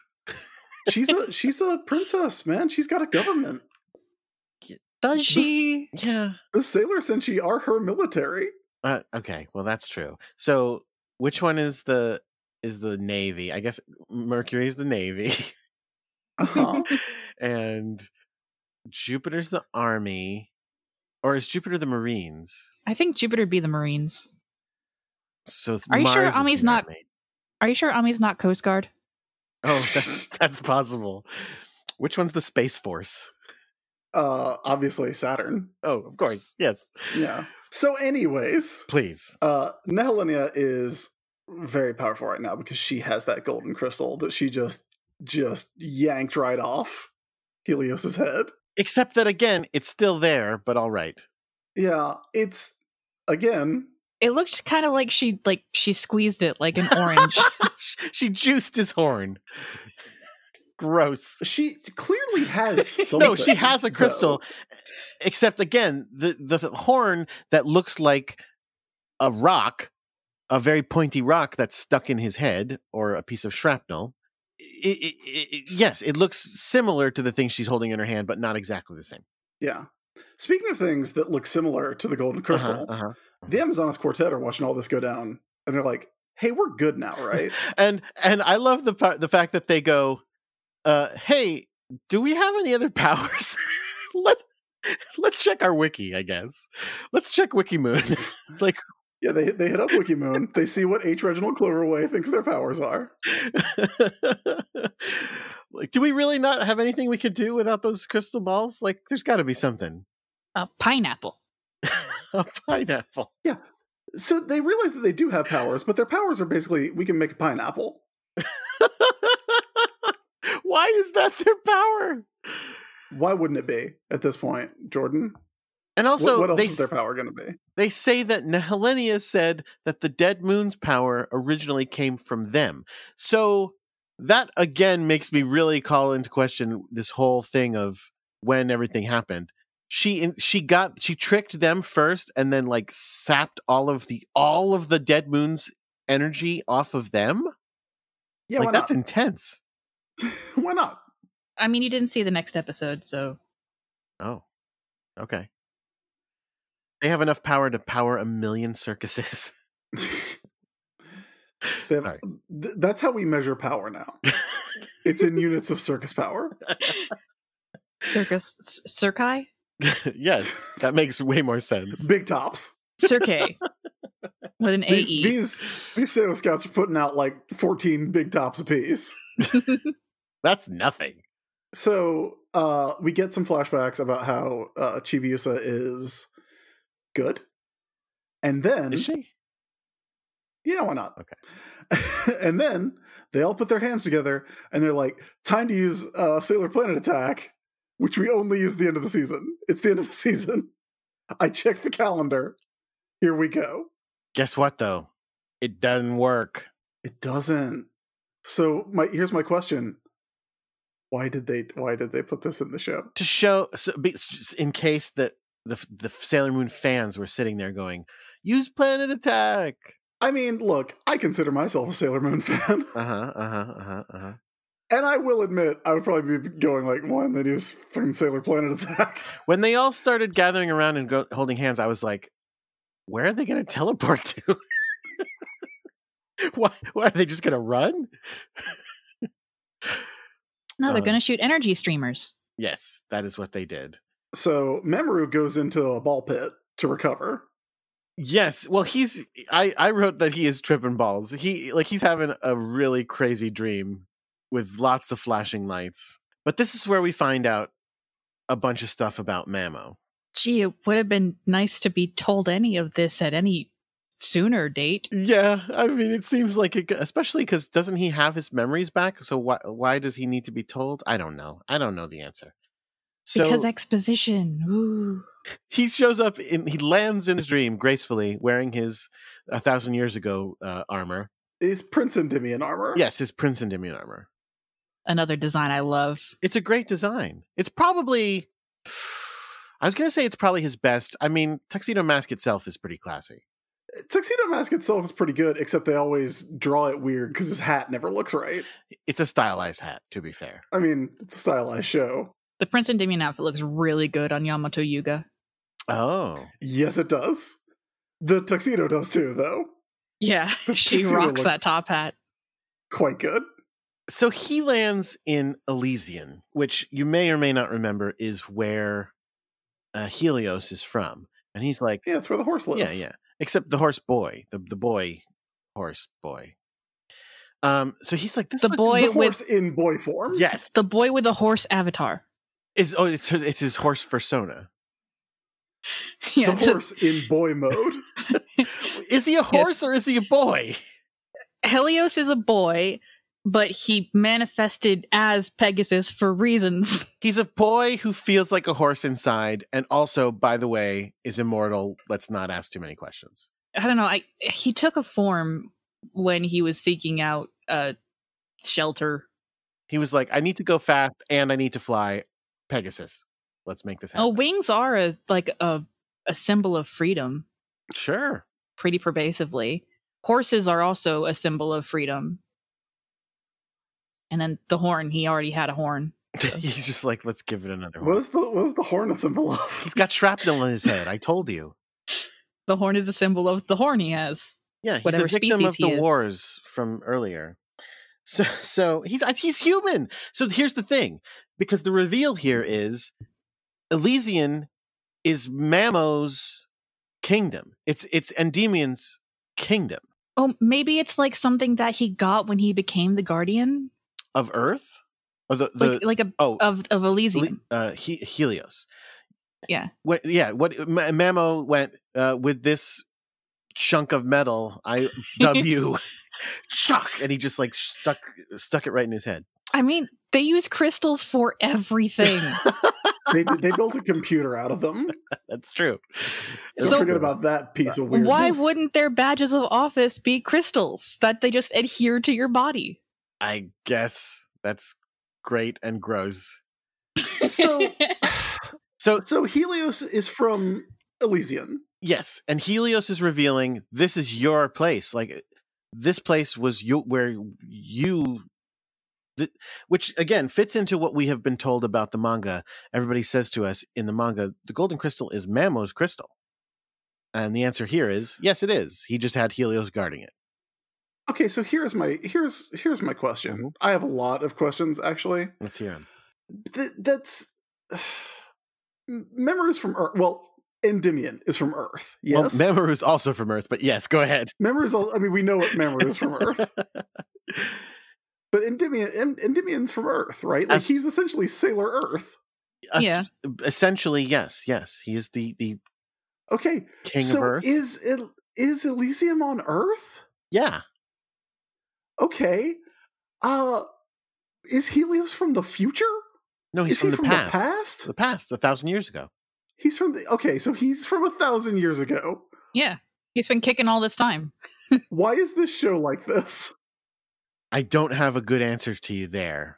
S2: She's a she's a princess, man. She's got a government.
S3: Does she?
S1: Yeah.
S2: The Sailor Senshi are her military.
S1: Uh, okay, well that's true. So which one is the is the navy? I guess Mercury is the navy,
S2: Uh-huh.
S1: and Jupiter's the army, or is Jupiter the Marines?
S3: I think Jupiter'd be the Marines.
S1: So it's
S3: Are you sure
S1: Mars is the
S3: Ami's not-
S1: army.
S3: Are you sure Ami's not Coast Guard?
S1: Oh, that's, that's possible. Which one's the space force?
S2: uh, obviously Saturn.
S1: Oh, of course, yes.
S2: Yeah. So, anyways,
S1: Please,
S2: uh, Nehelenia is very powerful right now because she has that golden crystal that she just just yanked right off Helios's head.
S1: except that again, it's still there, but all right.
S2: Yeah, it's again.
S3: It looked kind of like she like she squeezed it like an orange.
S1: she juiced his horn. Gross.
S2: She clearly has something.
S1: no, she has a
S2: though.
S1: crystal. Except again, the the horn that looks like a rock, a very pointy rock that's stuck in his head, or a piece of shrapnel. i i i i- yes, it looks similar to the thing she's holding in her hand, but not exactly the same. Uh-huh,
S2: Yeah. Speaking of things that look similar to the golden
S1: Uh-huh,
S2: crystal,
S1: uh-huh.
S2: the Amazonas Quartet are watching all this go down, and they're like, "Hey, we're good now, right?"
S1: And and I love the part, the fact that they go, uh, "Hey, do we have any other powers? let's let's check our wiki. I guess let's check Wikimoon." like
S2: yeah, they they hit up Wikimoon. they see what H. Reginald Cloverway thinks their powers are.
S1: like, do we really not have anything we could do without those crystal balls? Like, there's got to be something.
S3: a uh, pineapple.
S1: A pineapple.
S2: So they realize that they do have powers, but their powers are basically we can make a pineapple.
S1: Why is that their power?
S2: Why wouldn't it be at this point, Jordan?
S1: And
S2: Wh-
S1: also,
S2: what else
S1: they,
S2: is their
S1: s-
S2: power going to be?
S1: they say that Nehelenia said that the dead moon's power originally came from them. So that again makes me really call into question this whole thing of when everything happened. She in, she got she tricked them first and then like sapped all of the all of the dead moon's energy off of them.
S2: Yeah,
S1: like
S2: why
S1: that's
S2: not?
S1: intense.
S2: Why not?
S3: I mean, you didn't see the next episode, so
S1: Oh, okay. They have enough power to power a million circuses.
S2: They have-
S1: Sorry.
S2: th- that's how we measure power now. it's in units of circus power.
S3: circus s- circi
S1: yes, that makes way more sense.
S2: Big tops.
S3: cirque with an E.
S2: These,
S1: E.
S3: AE.
S2: these these Sailor Scouts are putting out like 14 big tops apiece.
S1: That's nothing.
S2: So uh, we get some flashbacks about how uh, Chibiusa is good, and then
S1: Is she?
S2: yeah, why not? Okay. and then they all put their hands together and they're like, "Time to use uh, Sailor Planet attack," which we only use at the end of the season. It's the end of the season. I checked the calendar. Here we go.
S1: Guess what though? It doesn't work.
S2: It doesn't. So my here's my question: Why did they Why did they put this in the show?
S1: To show, so, be- s- in case that the the Sailor Moon fans were sitting there going, "Use Planet Attack."
S2: I mean, look, I consider myself a Sailor Moon fan.
S1: Uh huh. Uh huh. Uh huh. Uh huh.
S2: And I will admit, I would probably be going like one that was fucking Sailor Planet attack.
S1: When they all started gathering around and go- holding hands, I was like, "Where are they going to teleport to? why? Why are they just going to run?"
S3: No, they're
S1: uh,
S3: gonna shoot energy streamers.
S1: Yes, that is what they did.
S2: So Memoru goes into a ball pit to recover.
S1: Yes. Well, he's I I wrote that he is tripping balls. He like he's having a really crazy dream with lots of flashing lights. But this is where we find out a bunch of stuff about Mamo.
S3: Gee, it would have been nice to be told any of this at any sooner date.
S1: Yeah, I mean it seems like it especially cuz doesn't he have his memories back? So why why does he need to be told? I don't know. I don't know the answer. So
S3: because exposition. Ooh.
S1: he shows up in he lands in his dream gracefully wearing his a thousand years ago uh, armor.
S2: Is Prince Endymion armor?
S1: Yes, his Prince Endymion armor.
S3: Another design I love.
S1: it's a great design. It's probably I was gonna say it's probably his best. I mean, Tuxedo Mask itself is pretty classy.
S2: Tuxedo Mask itself is pretty good, except they always draw it weird because his hat never looks right.
S1: It's a stylized hat, to be fair.
S2: I mean, it's a stylized show.
S3: The Prince Endymion outfit looks really good on Yamato Yuga.
S1: Oh.
S2: Yes, it does. The tuxedo does too, though.
S3: Yeah,
S2: The
S3: she
S2: tuxedo
S3: rocks that
S2: looks-
S3: top hat.
S2: Quite good.
S1: So he lands in Elysian, which you may or may not remember is where uh, Helios is from. And he's like,
S2: Yeah, it's where the horse lives.
S1: Yeah, yeah. Except the horse boy, the, the boy, horse boy. Um, so he's like, this
S3: The
S1: looks-
S3: boy
S2: The
S3: with
S2: horse in boy form.
S1: yes,
S3: the boy with the horse avatar.
S1: is oh, it's it's his horse persona.
S3: Yeah,
S2: the
S3: it's a-
S2: horse in boy mode.
S1: Is he a horse or is he a boy?
S3: Helios is a boy, but he manifested as Pegasus for reasons.
S1: He's a boy who feels like a horse inside, and also, by the way, is immortal. Let's not ask too many questions.
S3: I don't know. I he took a form when he was seeking out uh shelter.
S1: He was like, I need to go fast and I need to fly Pegasus. Let's make this happen.
S3: Oh, wings are a like a a symbol of freedom,
S1: sure.
S3: pretty pervasively. Horses are also a symbol of freedom. And then the horn, he already had a horn.
S1: He's just like, let's give it another
S2: What
S1: one.
S2: is the what is the horn a symbol of?
S1: He's got shrapnel in his head. I told you.
S3: The horn is a symbol of the horn he has.
S1: Yeah, he's
S3: Whatever
S1: a victim
S3: species
S1: of the
S3: he is.
S1: wars from earlier. So, so he's uh, he's human. So here's the thing, because the reveal here is Elysian is Mammo's kingdom. It's it's Endymion's kingdom
S3: Oh, maybe it's like something that he got when he became the guardian,
S1: of Earth, or the the
S3: like like a
S1: oh
S3: of of Elysium.
S1: Eli- uh, he- Helios.
S3: Yeah.
S1: What? Yeah. What? M- Mammo went uh, with this chunk of metal. I W. Chuck, and he just like stuck stuck it right in his head.
S3: I mean, they use crystals for everything.
S2: they did- they built a computer out of them.
S1: That's true.
S2: Don't
S3: So-
S2: forget about that piece of weirdness.
S3: Why wouldn't their badges of office be crystals that they just adhere to your body?
S1: I guess that's great and gross.
S2: so
S1: So
S2: so Helios is from Elysian.
S1: yes, and Helios is revealing this eh, is your place. Like this place was you where you th- which again fits into what we have been told about the manga. Everybody says to us in the manga, the golden crystal is Mammo's crystal. And the answer here is yes, it is. He just had Helios guarding it.
S2: Okay, so here's my here's here's my question.
S1: Mhm.
S2: I have a lot of questions actually.
S1: Let's hear him.
S2: Th- that's Memoru's from Earth. Well, Endymion is from Earth. Yes,
S1: Well, Mamoru's also from Earth, but yes, go ahead.
S2: Memoru's. All, I mean, we know what Memoru is from Earth, but Endymion En- Endymion's from Earth, right? Like
S1: As-
S2: he's essentially Sailor Earth.
S3: Yeah.
S1: Uh, Essentially, yes, yes. He is the the
S2: Okay,
S1: king
S2: so
S1: of Earth.
S2: is it is Elysium on Earth?
S1: yeah.
S2: Okay, uh, is Helios from the future?
S1: No, he's
S2: is
S1: from,
S2: he
S1: the,
S2: from
S1: past.
S2: the past?
S1: The past, a thousand years ago.
S2: He's from the okay, so he's from a thousand years ago.
S3: Yeah. He's been kicking all this time.
S2: Why is this show like this?
S1: I don't have a good answer to you there.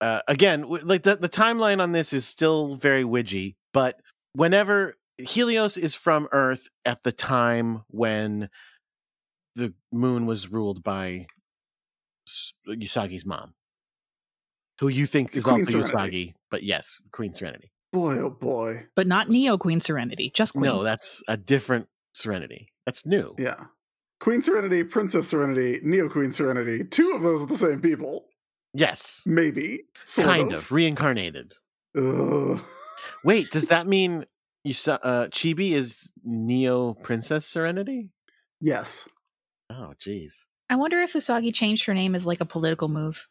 S1: Uh, again, w- like the, the timeline on this is still very widgy, but whenever Helios is from Earth at the time when the moon was ruled by S- Usagi's mom, who you think
S2: The
S1: is also
S2: Queen Serenity.
S1: Usagi, but yes, Queen Serenity.
S2: Boy, oh boy.
S3: But not Neo Queen Serenity, just Queen.
S1: No, that's a different Serenity. That's new.
S2: Yeah. Queen Serenity, Princess Serenity, Neo Queen Serenity. Two of those are the same people.
S1: Yes,
S2: Maybe. Sort
S1: kind of reincarnated.
S2: Ugh.
S1: Wait, does that mean you saw uh, Chibi is Neo Princess Serenity?
S2: Yes.
S1: Oh, jeez.
S3: I wonder if Usagi changed her name as like a political move.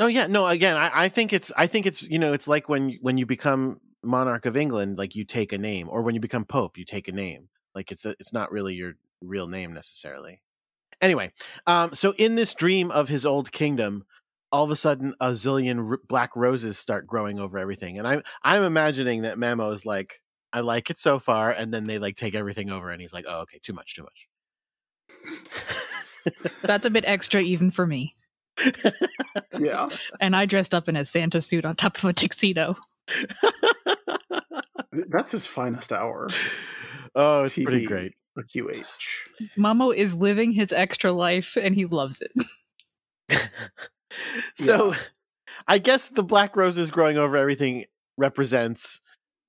S1: Oh yeah, no. Again, I, I think it's I think it's you know it's like when when you become monarch of England, like you take a name, or when you become pope, you take a name. Like it's a, it's not really your real name necessarily. Anyway, um, so in this dream of his old kingdom, all of a sudden a zillion r- black roses start growing over everything, and I'm I'm imagining that Mamo is like, I like it so far, and then they like take everything over, and he's like, oh okay, too much, too much.
S3: That's a bit extra even for me.
S2: yeah.
S3: And I dressed up in a Santa suit on top of a tuxedo.
S2: Th- That's his finest hour.
S1: Oh, it's pretty
S2: TV.
S1: great.
S2: A QH.
S3: Mamo is living his extra life and he loves it.
S1: so I guess the black roses growing over everything represents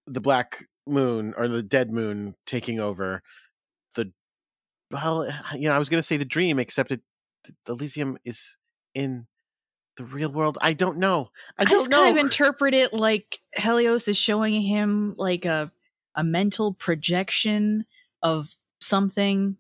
S1: the black moon or the dead moon taking over the well you know I was going to say the dream except it the Elysium is in the real world I don't know I
S3: I,
S1: don't
S3: just
S1: know
S3: kind of interpret it like Helios is showing him like a a mental projection of something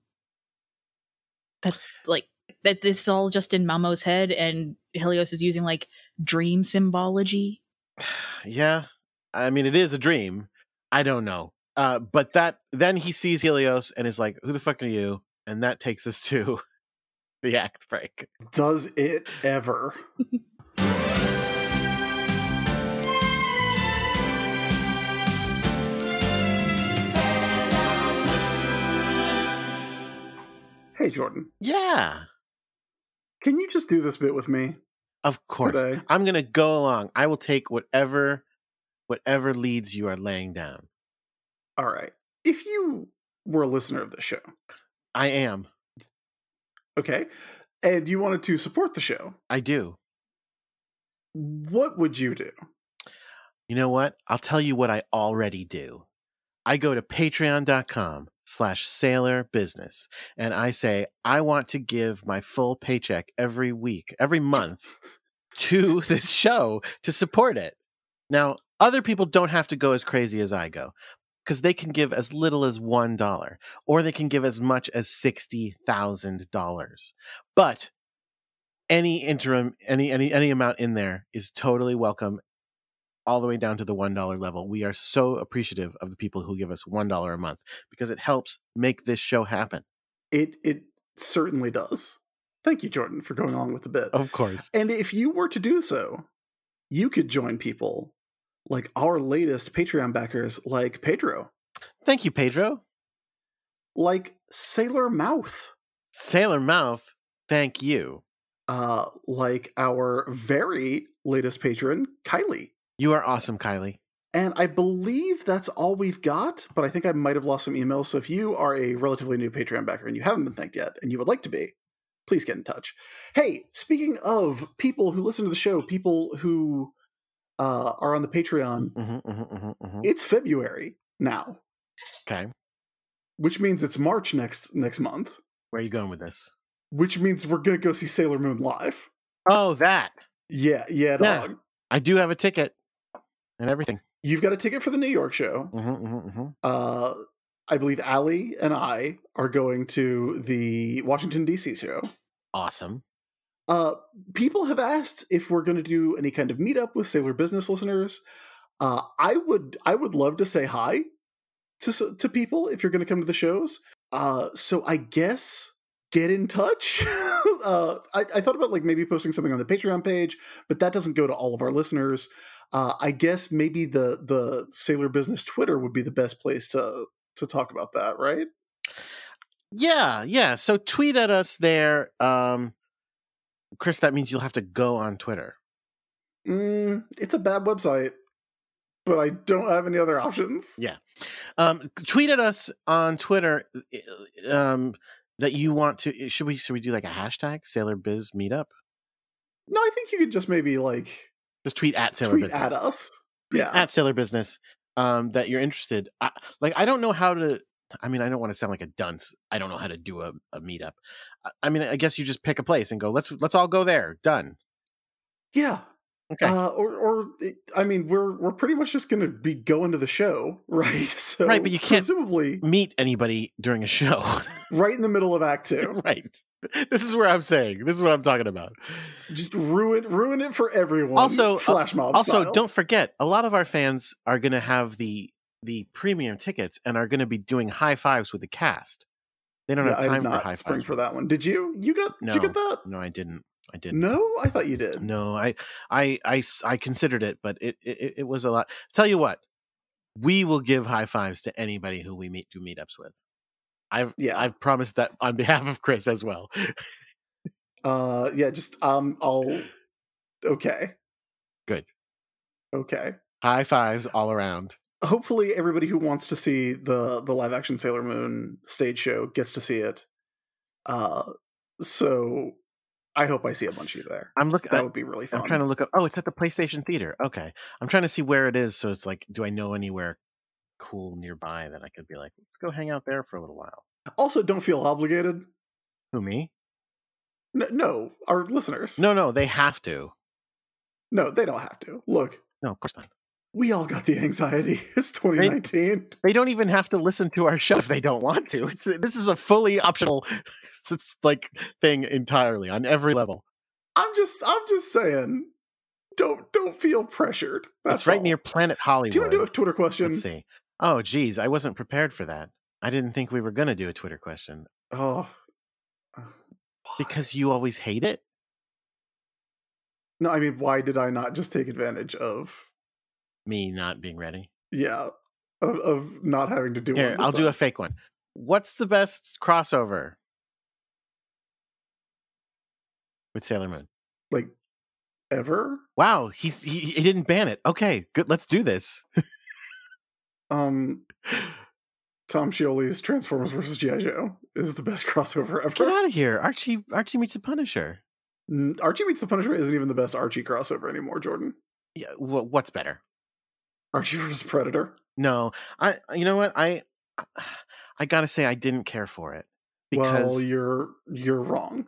S3: that like that this is all just in Mamo's head and Helios is using like dream symbology.
S1: yeah I mean it is a dream I don't know uh but that then he sees Helios and is like who the fuck are you and that takes us to the act break
S2: Does it ever? hey, Jordan.
S1: yeah
S2: Can you just do this bit with me
S1: Of course.
S2: today?
S1: I'm gonna go along. I will take whatever whatever leads you are laying down.
S2: All right. If you were a listener of the show,
S1: I am.
S2: okay, and you wanted to support the show,
S1: I do.
S2: what would you do?
S1: You know what? I'll tell you what I already do. I go to patreon.com slash sailor business and I say I want to give my full paycheck every week, every month to this show to support it. Now, other people don't have to go as crazy as I go because they can give as little as $1 or they can give as much as $60,000. But any interim any any any amount in there is totally welcome all the way down to the $1 level. We are so appreciative of the people who give us $1 a month because it helps make this show happen.
S2: It it certainly does. Thank you, Jordan, for going along with the bit.
S1: Of course.
S2: And if you were to do so, you could join people like our latest Patreon backers, like Pedro,
S1: Thank you, Pedro.
S2: like Sailor Mouth,
S1: Sailor Mouth, thank you.
S2: uh, like our very latest patron, Kylie.
S1: You are awesome, Kylie.
S2: And I believe that's all we've got, but I think I might have lost some emails. So if you are a relatively new Patreon backer and you haven't been thanked yet and you would like to be, please get in touch. Hey, speaking of people who listen to the show, people who uh, are on the Patreon,
S1: Mhm, mhm, mhm, mhm.
S2: it's February now,
S1: Okay,
S2: which means it's March next next month,
S1: where are you going with this?
S2: which means we're gonna go see Sailor Moon live.
S1: Oh, that
S2: Yeah, yeah,
S1: Yeah.
S2: dog.
S1: I do have a ticket and everything.
S2: You've got a ticket for the New York show.
S1: hmm hmm hmm
S2: Uh, I believe Ali and I are going to the Washington D.C. show.
S1: Awesome.
S2: Uh, people have asked if we're going to do any kind of meetup with Sailor Business listeners. Uh, I would I would love to say hi to s- to people if you're going to come to the shows. Uh, so I guess get in touch. uh, I, I thought about like maybe posting something on the Patreon page, but that doesn't go to all of our listeners. Uh, I guess maybe the the Sailor Business Twitter would be the best place to to talk about that, right?
S1: Yeah, yeah. So tweet at us there. Um Chris, that means you'll have to go on Twitter.
S2: Mm, it's a bad website, but I don't have any other options.
S1: Um tweet at us on Twitter uh, um that you want to eh, should we should we do like a hashtag Sailor Biz meetup?
S2: No, I think you could just maybe like
S1: Just tweet at Sailor
S2: tweet
S1: Business.
S2: at us. Yeah.
S1: At Sailor Business. Um that you're interested. I, like I don't know how to I mean, I don't want to sound like a dunce. I don't know how to do a, a meetup. I, I mean, I guess you just pick a place and go, let's let's all go there. Done.
S2: yeah.
S1: Okay.
S2: Uh, or, or it- I mean, we're we're pretty much just gonna be going to the show, right? So
S1: Right, but you can't-
S2: presumably
S1: Meet anybody during a show.
S2: right in the middle of Act Two,
S1: right. This is where I'm saying. This is what I'm talking about.
S2: just ruin ruin it for everyone.
S1: Also, uh,
S2: flash mob.
S1: Also,
S2: style.
S1: don't forget, a lot of our fans are going to have the the premium tickets and are going to be doing high fives with the cast. They don't
S2: Yeah,
S1: have
S2: I did
S1: time for
S2: not
S1: high
S2: spring
S1: fives
S2: for
S1: with
S2: that
S1: us.
S2: one. Did you? You got? Did you
S1: No.
S2: get that?
S1: No, I didn't. I didn't.
S2: No, I thought you did.
S1: No, I, I, I, s- I considered it, but it, it, it was a lot. Tell you what, we will give high fives to anybody who we meet do meetups with. I've,
S2: Yeah.
S1: I've promised that on behalf of Chris as well.
S2: Uh, yeah. Just um, I'll. Okay.
S1: Good.
S2: Okay.
S1: High fives all around.
S2: hopefully everybody who wants to see the the live action Sailor Moon stage show gets to see it. Uh so I hope I see a bunch of you there.
S1: I'm looking.
S2: That would be really fun.
S1: I'm trying to look up. Oh, it's at the PlayStation Theater. Okay, I'm trying to see where it is. So it's like, do I know anywhere cool nearby that I could be like, let's go hang out there for a little while?
S2: also don't feel obligated.
S1: Who me?
S2: No, no, our listeners.
S1: No, no, they have to.
S2: No, they don't have to. Look,
S1: No, of course not.
S2: we all got the anxiety. It's 2019.
S1: They don't even have to listen to our show if they don't want to. It's this is a fully optional, it's like thing entirely on every level.
S2: I'm just I'm just saying don't don't feel pressured. That's
S1: it's right
S2: all.
S1: near Planet Hollywood.
S2: Do you want to do a Twitter question?
S1: Let's see. Oh, geez, I wasn't prepared for that. I didn't think we were gonna do a Twitter question
S2: Oh.
S1: because you always hate it.
S2: No, I mean, why did I not just take advantage of
S1: Me not being ready.
S2: yeah of, of not having to do
S1: Here,
S2: one
S1: I'll do a fake one. What's the best crossover with Sailor Moon?
S2: a ever
S1: Wow, he's he, he didn't ban it. Okay, good. Let's do this.
S2: um tom Scioli's transformers versus gi joe is the best crossover
S1: Get
S2: ever
S1: out of here, Archie. Archie meets the Punisher.
S2: N- archie meets the punisher isn't even the best archie crossover anymore jordan
S1: Yeah, wha what's better?
S2: archie versus predator
S1: No, I. You know what? I I gotta say I didn't care for it because.
S2: well you're you're wrong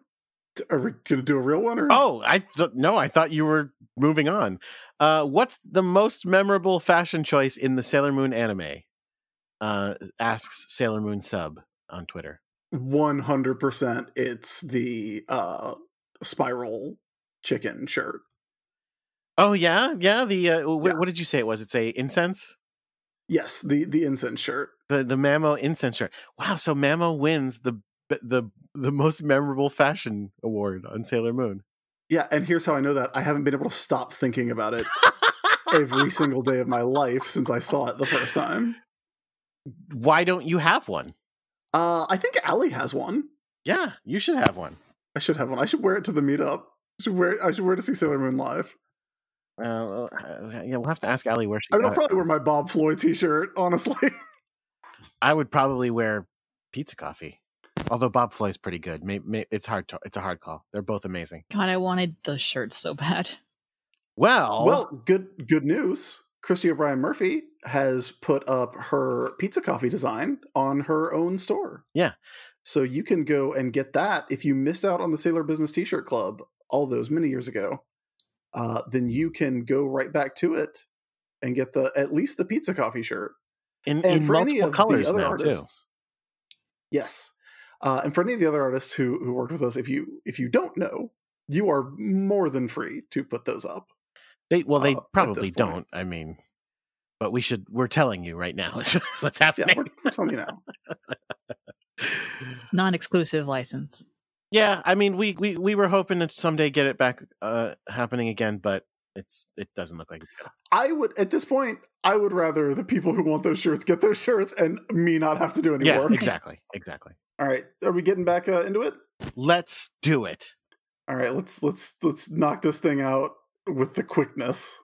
S2: D- are we gonna do a real one or
S1: Oh, I th- no! I thought you were moving on. Uh, what's the most memorable fashion choice in the Sailor Moon anime? Uh, asks Sailor Moon Sub on Twitter.
S2: 100% it's the uh spiral chicken shirt
S1: Oh yeah, yeah. The uh, wh-
S2: Yeah.
S1: what did you say it was? It's a incense.
S2: yes the the incense shirt
S1: The the Mamo incense shirt. Wow. So Mamo wins the b- the the most memorable fashion award on Sailor Moon.
S2: yeah and here's how i know that i haven't been able to stop thinking about it every single day of my life since I saw it the first time.
S1: Why don't you have one?
S2: Uh, I think Allie has one.
S1: Yeah, you should have one.
S2: I should have one. I should wear it to the meetup. I should wear. I should wear it to see Sailor Moon live.
S1: Uh, uh, yeah, we'll have to ask Allie where she.
S2: I mean,
S1: got
S2: I'll
S1: it.
S2: probably wear my Bob Floyd T-shirt. Honestly,
S1: I would probably wear pizza coffee. Although Bob Fly's pretty good. May, may, it's hard. To, it's a hard call. They're both amazing.
S3: God, I wanted the shirt so bad.
S1: Well,
S2: Well, good good news. Christy O'Brien Murphy has put up her pizza coffee design on her own store.
S1: Yeah.
S2: So you can go and get that if you missed out on the Sailor Business T-shirt Club all those many years ago. Uh, then you can go right back to it and get the at least the pizza coffee shirt
S1: in,
S2: and
S1: in
S2: for any
S1: multiple
S2: of
S1: colors
S2: the other
S1: now too.
S2: artists, Yes, uh, and for any of the other artists who who worked with us, if you if you don't know, you are more than free to put those up.
S1: They well,
S2: uh,
S1: they
S2: at this
S1: probably
S2: point.
S1: don't. I mean, but we should. We're telling you right now what's
S2: Yeah,
S1: happening.
S2: we're, we're telling you now.
S3: Non-exclusive license.
S1: Yeah, I mean, we we we were hoping to someday get it back uh happening again, but it's it doesn't look like.
S2: I would at this point, I would rather the people who want those shirts get their shirts and me not have to do any
S1: Yeah,
S2: work.
S1: exactly, exactly.
S2: All right, are we getting back uh, into it?
S1: Let's do it.
S2: All right, let's let's let's knock this thing out with the quickness.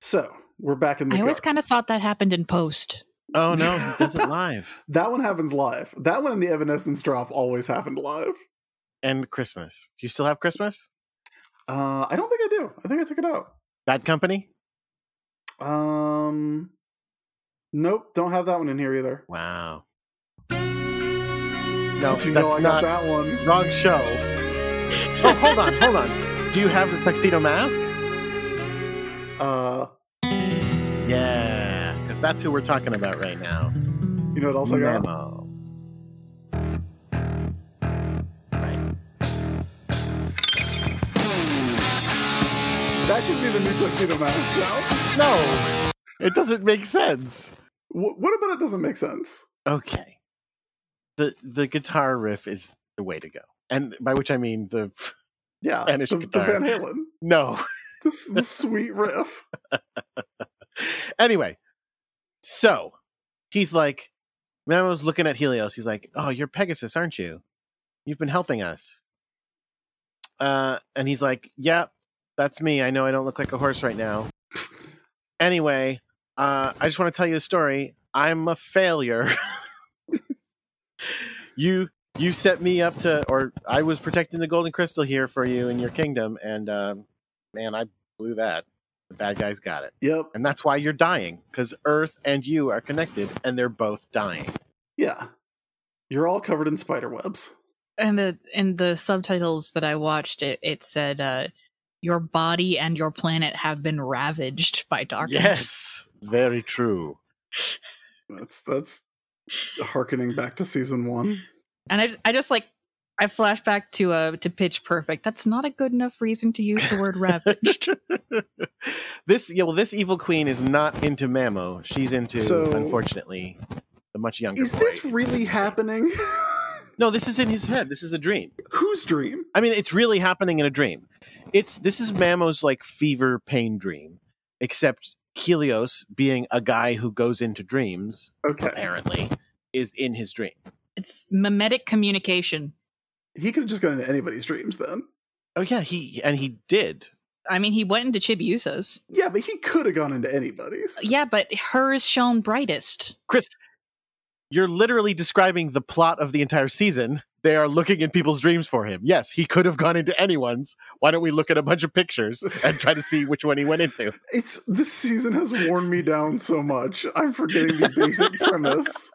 S2: So we're back in the.
S3: I always
S2: gar-
S3: kind of thought that happened in post.
S1: Oh no, it doesn't live.
S2: that one happens live. That one and the Evanescence drop always happened live.
S1: And Christmas. Do you still have Christmas?
S2: Uh, I don't think I do. I think I took it out.
S1: Bad Company.
S2: Um, nope, don't have that one in here either.
S1: Wow. No,
S2: But you know
S1: that's
S2: I
S1: not
S2: got that one.
S1: wrong show. Oh, hold on, hold on. Do you have the tuxedo mask?
S2: Uh,
S1: Yeah, because that's who we're talking about right now.
S2: you know what else I got?
S1: Memo. Right.
S2: That should be the new tuxedo mask sound.
S1: No, it doesn't make sense.
S2: Wh- what about it doesn't make sense?
S1: okay the the guitar riff is the way to go and by which i mean the
S2: Yeah,
S1: Spanish
S2: the, the
S1: guitar.
S2: Van Halen.
S1: no
S2: This the sweet riff.
S1: anyway so he's like Memo's looking at helios he's like oh you're pegasus aren't you you've been helping us uh and he's like yeah that's me i know i don't look like a horse right now anyway uh i just want to tell you a story i'm a failure you you set me up to or i was protecting the golden crystal here for you in your kingdom and um man i blew that the bad guys got it
S2: Yep.
S1: and that's why you're dying because earth and you are connected and they're both dying
S2: Yeah. You're all covered in spider webs.
S3: And the in the subtitles that I watched, it it said, uh, "Your body and your planet have been ravaged by darkness."
S1: yes very true
S2: That's that's harkening back to season one.
S3: And I I just like I flash back to uh to Pitch Perfect. That's not a good enough reason to use the word ravaged.
S1: this yeah well this evil queen is not into mamo she's into
S2: So-
S1: unfortunately the much younger
S2: Is
S1: boy.
S2: this really happening?
S1: no this is in his head this is a dream
S2: Whose dream?
S1: I mean, it's really happening in a dream. It's this is Mamo's like fever pain dream, except Helios, being a guy who goes into dreams,
S2: Okay.
S1: apparently, is in his dream.
S3: it's mimetic communication.
S2: He could have just gone into anybody's dreams then.
S1: Oh yeah, he and he did.
S3: I mean, he went into Chibiusa's.
S2: Yeah, but he could have gone into anybody's.
S3: Yeah, but hers shone brightest.
S1: You're literally describing the plot of the entire season. They are looking in people's dreams for him. Yes, he could have gone into anyone's. Why don't we look at a bunch of pictures and try to see which one he went into?
S2: It's this season has worn me down so much. I'm forgetting the basic premise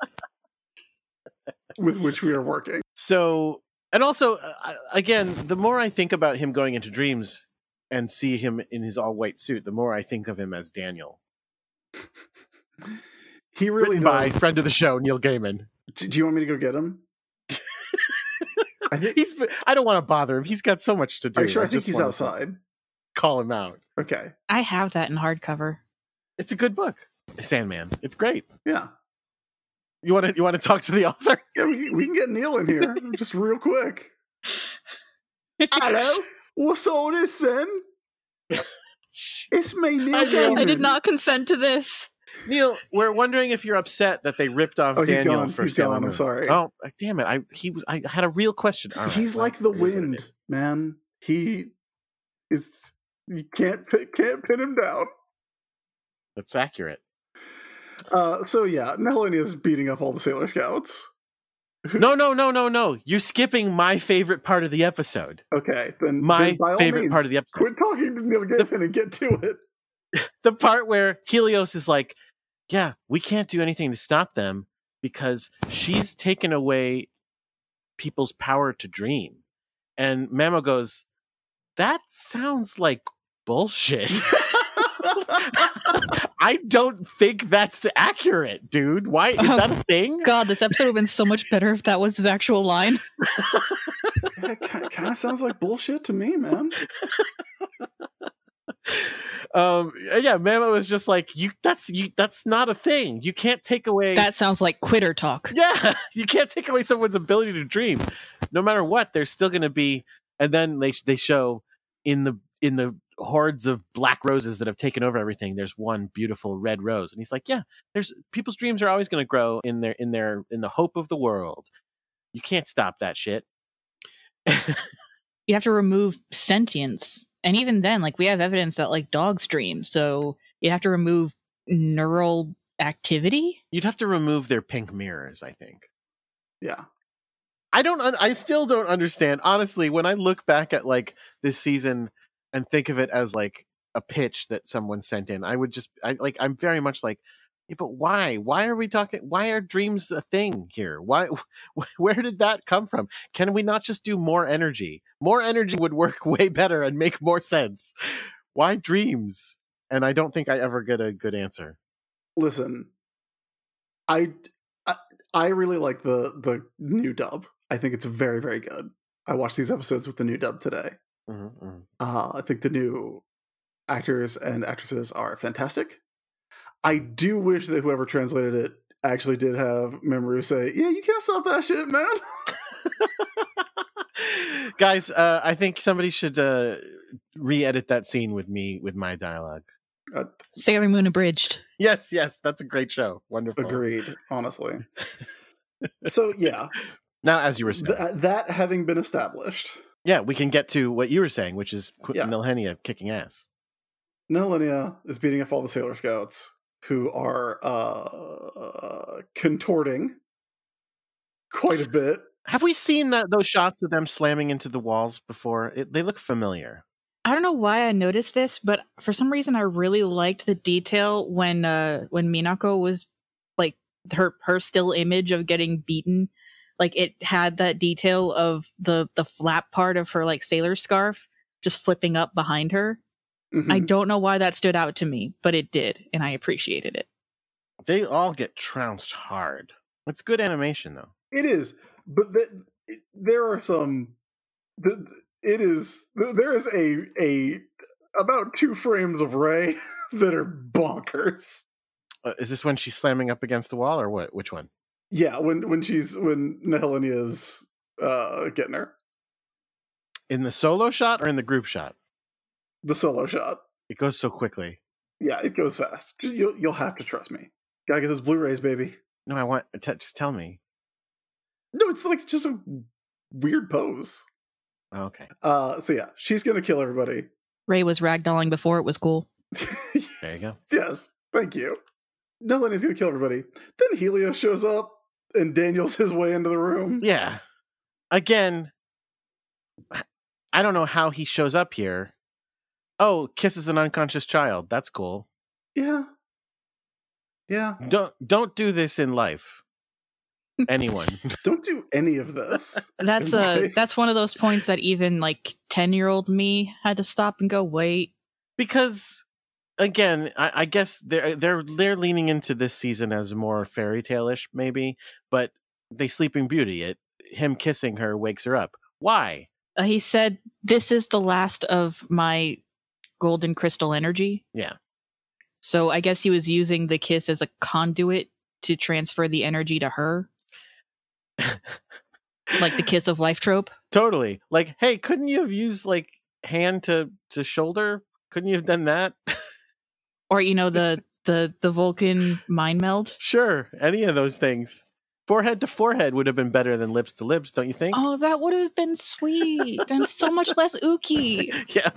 S2: with which we are working.
S1: so and also uh, I- again the more i think about him going into dreams and see him in his all white suit the more i think of him as daniel
S2: He really
S1: written by
S2: does.
S1: friend of the show neil gaiman
S2: Do do you want me to go get him? I think.
S1: he's i don't want to bother him he's got so much to do
S2: Are you sure? I, think
S1: just
S2: he's
S1: wanna sort of
S2: outside.
S1: call him out
S2: Okay.
S3: I have that in hardcover.
S1: it's a good book sandman it's great
S2: Yeah.
S1: you want to you want to talk to the author
S2: Yeah. We, can- we can get Neil in here just real quick. Hello. What's all this then? It's me, Neil.
S1: I did-
S3: I did
S2: Gaiman.
S3: not consent to this.
S1: neil we're wondering if you're upset that they ripped off
S2: Oh, he's
S1: daniel
S2: gone.
S1: for
S2: He's
S1: Sailor
S2: gone. I'm
S1: Moon.
S2: sorry.
S1: oh damn it i he was i had a real question All right,
S2: he's
S1: well,
S2: like the
S1: it is what it
S2: wind,
S1: is.
S2: man. He Is you can't pin- can't pin him down.
S1: That's accurate.
S2: Uh, so yeah, Melania's beating up all the Sailor Scouts.
S1: No, no, no, no, no. You're skipping my favorite part of the episode.
S2: Okay, then
S1: My
S2: then by all
S1: favorite part of
S2: means,
S1: the episode.
S2: Quit talking to Neil Gaiman and get to it.
S1: the part where Helios is like, "Yeah, we can't do anything to stop them because she's taken away people's power to dream." And Mamo goes, "That sounds like bullshit. I don't think that's accurate, dude. Why is that a thing?"
S3: God, this episode would have been so much better if that was his actual line.
S2: That kind of sounds like bullshit to me, man.
S1: Um, yeah, Mamo is just like, "You that's you that's not a thing. You can't take away
S3: That sounds like quitter talk.
S1: Yeah, you can't take away someone's ability to dream. No matter what, they're still going to be. And then they they show in the in the hordes of black roses that have taken over everything. There's one beautiful red rose, and he's like, "Yeah, there's people's dreams are always going to grow in their in their in the hope of the world. You can't stop that shit."
S3: You have to remove sentience. And even then, like we have evidence that like dogs dream, so you have to remove neural activity.
S1: You'd have to remove their pink mirrors, I think.
S2: Yeah,
S1: I don't. Un- I still don't understand. Honestly, when I look back at like this season and think of it as like a pitch that someone sent in, I would just. I like. I'm very much like. Yeah, but why? Why are we talking? Why are dreams a thing here? Why? wh- Where did that come from? Can we not just do more energy? More energy would work way better and make more sense. Why dreams? And I don't think I ever get a good answer.
S2: listen, I, I I really like the the new dub. I think it's very very good. I watched these episodes with the new dub today.
S1: Mm-hmm.
S2: Uh, I think the new actors and actresses are fantastic. I do wish that whoever translated it actually did have Memoru say, "Yeah, you can't stop that shit, man."
S1: Guys, uh, I think somebody should uh, re-edit that scene with me with my dialogue.
S2: Uh,
S3: Sailor Moon abridged.
S1: Yes, yes, that's a great show. Wonderful.
S2: agreed, honestly. so yeah,
S1: Now, as you were saying,
S2: th- uh, that having been established,
S1: yeah, we can get to what you were saying, which is Qu-
S2: Yeah.
S1: Milhenia kicking ass.
S2: Nelinia is beating up all the Sailor Scouts who are uh, contorting quite a bit.
S1: Have we seen that those shots of them slamming into the walls before? It, they look familiar.
S3: I don't know why I noticed this, but for some reason I really liked the detail when uh when Minako was like her her still image of getting beaten. Like it had that detail of the the flap part of her like sailor scarf just flipping up behind her. I
S2: Mhm.
S3: don't know why that stood out to me, but it did, and I appreciated it.
S1: They all get trounced hard. It's good animation though.
S2: It is, but th- it- there are some. th- th- It is th- there is a a about two frames of Ray that are bonkers.
S1: Uh, is this when she's slamming up against the wall, or what? Which one?
S2: Yeah, when when she's when Nihilenia is uh, getting her
S1: In the solo shot or in the group shot?
S2: the solo shot.
S1: It goes so quickly.
S2: Yeah, it goes fast. You'll you'll have to trust me. Gotta get those Blu-rays, baby.
S1: No, I want. T- just tell me.
S2: No, it's like just a weird pose.
S1: Oh, okay.
S2: Uh, so yeah, she's gonna kill everybody.
S3: Ray was ragdolling before it was cool.
S1: There you go.
S2: yes, thank you. Nellani's gonna kill everybody. Then Helio shows up, and Daniel's his way into the room.
S1: Yeah. Again, I don't know how he shows up here. Oh, kisses an unconscious child. That's cool.
S2: yeah, yeah.
S1: Don't don't do this in life. Anyone.
S2: Don't do any of this.
S3: That's
S2: in
S3: a
S2: life.
S3: that's one of those points that even like ten year old me had to stop and go, wait,
S1: because again, I, I guess they're they're they're leaning into this season as more fairy tale-ish, maybe, but they sleeping beauty. It him kissing her wakes her up. Why?
S3: Uh, he said, "This is the last of my golden crystal energy."
S1: Yeah.
S3: So I guess he was using the kiss as a conduit to transfer the energy to her, like the kiss of life trope.
S1: Totally. Like, hey, couldn't you have used like hand to to shoulder? Couldn't you have done that?
S3: Or you know the the the Vulcan mind meld.
S1: sure, any of those things. Forehead to forehead would have been better than lips to lips, don't you think?
S3: Oh, that would have been sweet and so much less ooky.
S1: yeah.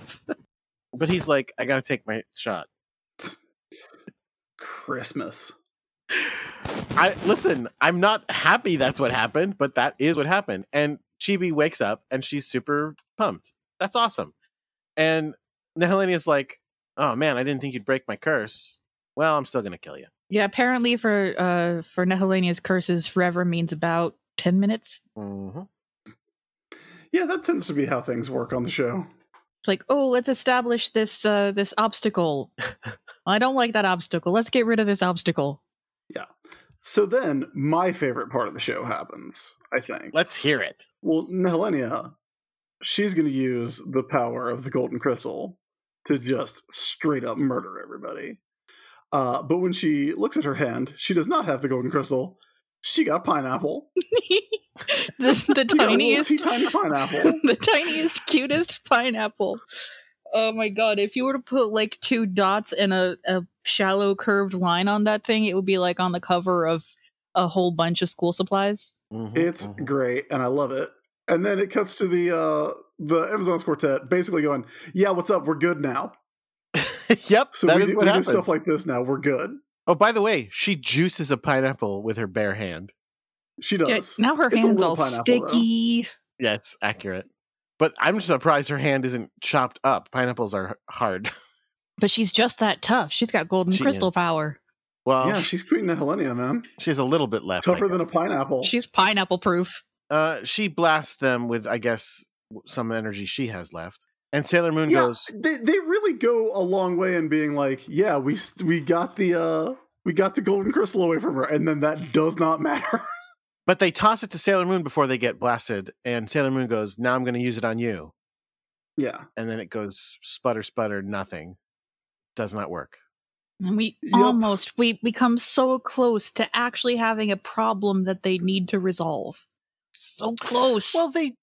S1: But he's like, I gotta take my shot.
S2: Christmas.
S1: I listen, I'm not happy that's what happened, but that is what happened. And Chibi wakes up and she's super pumped. That's awesome. And Helenia's like, Oh man, I didn't think you'd break my curse. Well, I'm still gonna kill you.
S3: Yeah, apparently for uh for Nehelania's curses, forever means about ten minutes.
S2: Mm-hmm.
S1: Mhm.
S2: Yeah, that tends to be how things work on the show.
S3: It's like, oh, let's establish this uh this obstacle. I don't like that obstacle. Let's get rid of this obstacle.
S2: So then, my favorite part of the show happens, I think.
S1: Let's hear it.
S2: Well, Helenia, she's going to use the power of the Golden Crystal to just straight up murder everybody. Uh, but when she looks at her hand, she does not have the Golden Crystal. She got a pineapple.
S3: this the
S2: She got a little
S3: tiniest
S2: tea time
S1: Oh,
S2: pineapple.
S3: the tiniest, cutest pineapple. Oh my god! If you were to put like two dots and a, a shallow curved line on that thing, it would be like on the cover of a whole bunch of school supplies.
S1: Mhm,
S2: It's
S1: mhm.
S2: great, and I love it. And then it cuts to the uh, the Amazon's quartet basically going, "Yeah, what's up? We're good now."
S1: yep,
S2: mm-hmm. So
S1: that
S2: we,
S1: is
S2: do,
S1: what
S2: we do
S1: happens.
S2: stuff like this now. We're good.
S1: oh, by the way, she juices a pineapple with her bare hand.
S2: She
S3: Yeah,
S2: does.
S3: now her
S2: It's a
S3: hands
S2: little
S3: all
S2: pineapple, though.
S3: sticky.
S1: Yeah, it's accurate. But I'm just surprised her hand isn't chopped up. Pineapples are hard.
S3: But she's just that tough. She's got golden
S1: She
S3: crystal
S1: is.
S3: power.
S1: Well,
S2: Yeah, she's Queen Helenia, man.
S1: she's a little bit left. I
S2: Tougher than a
S1: guess.
S2: pineapple.
S3: She's pineapple proof.
S1: uh, she blasts them with, I guess, w- some energy she has left. And Sailor Moon
S2: yeah,
S1: goes,
S2: they they really go a long way in being like, yeah, we s- we got the uh we got the golden crystal away from her, and then that does not matter.
S1: but they toss it to Sailor Moon before they get blasted. And Sailor Moon goes, now I'm going to use it on you.
S2: yeah,
S1: And then it goes sputter, sputter, nothing. Does not work.
S3: And we
S2: Yep.
S3: almost we we come so close to actually having a problem that they need to resolve. So close.
S1: Well, they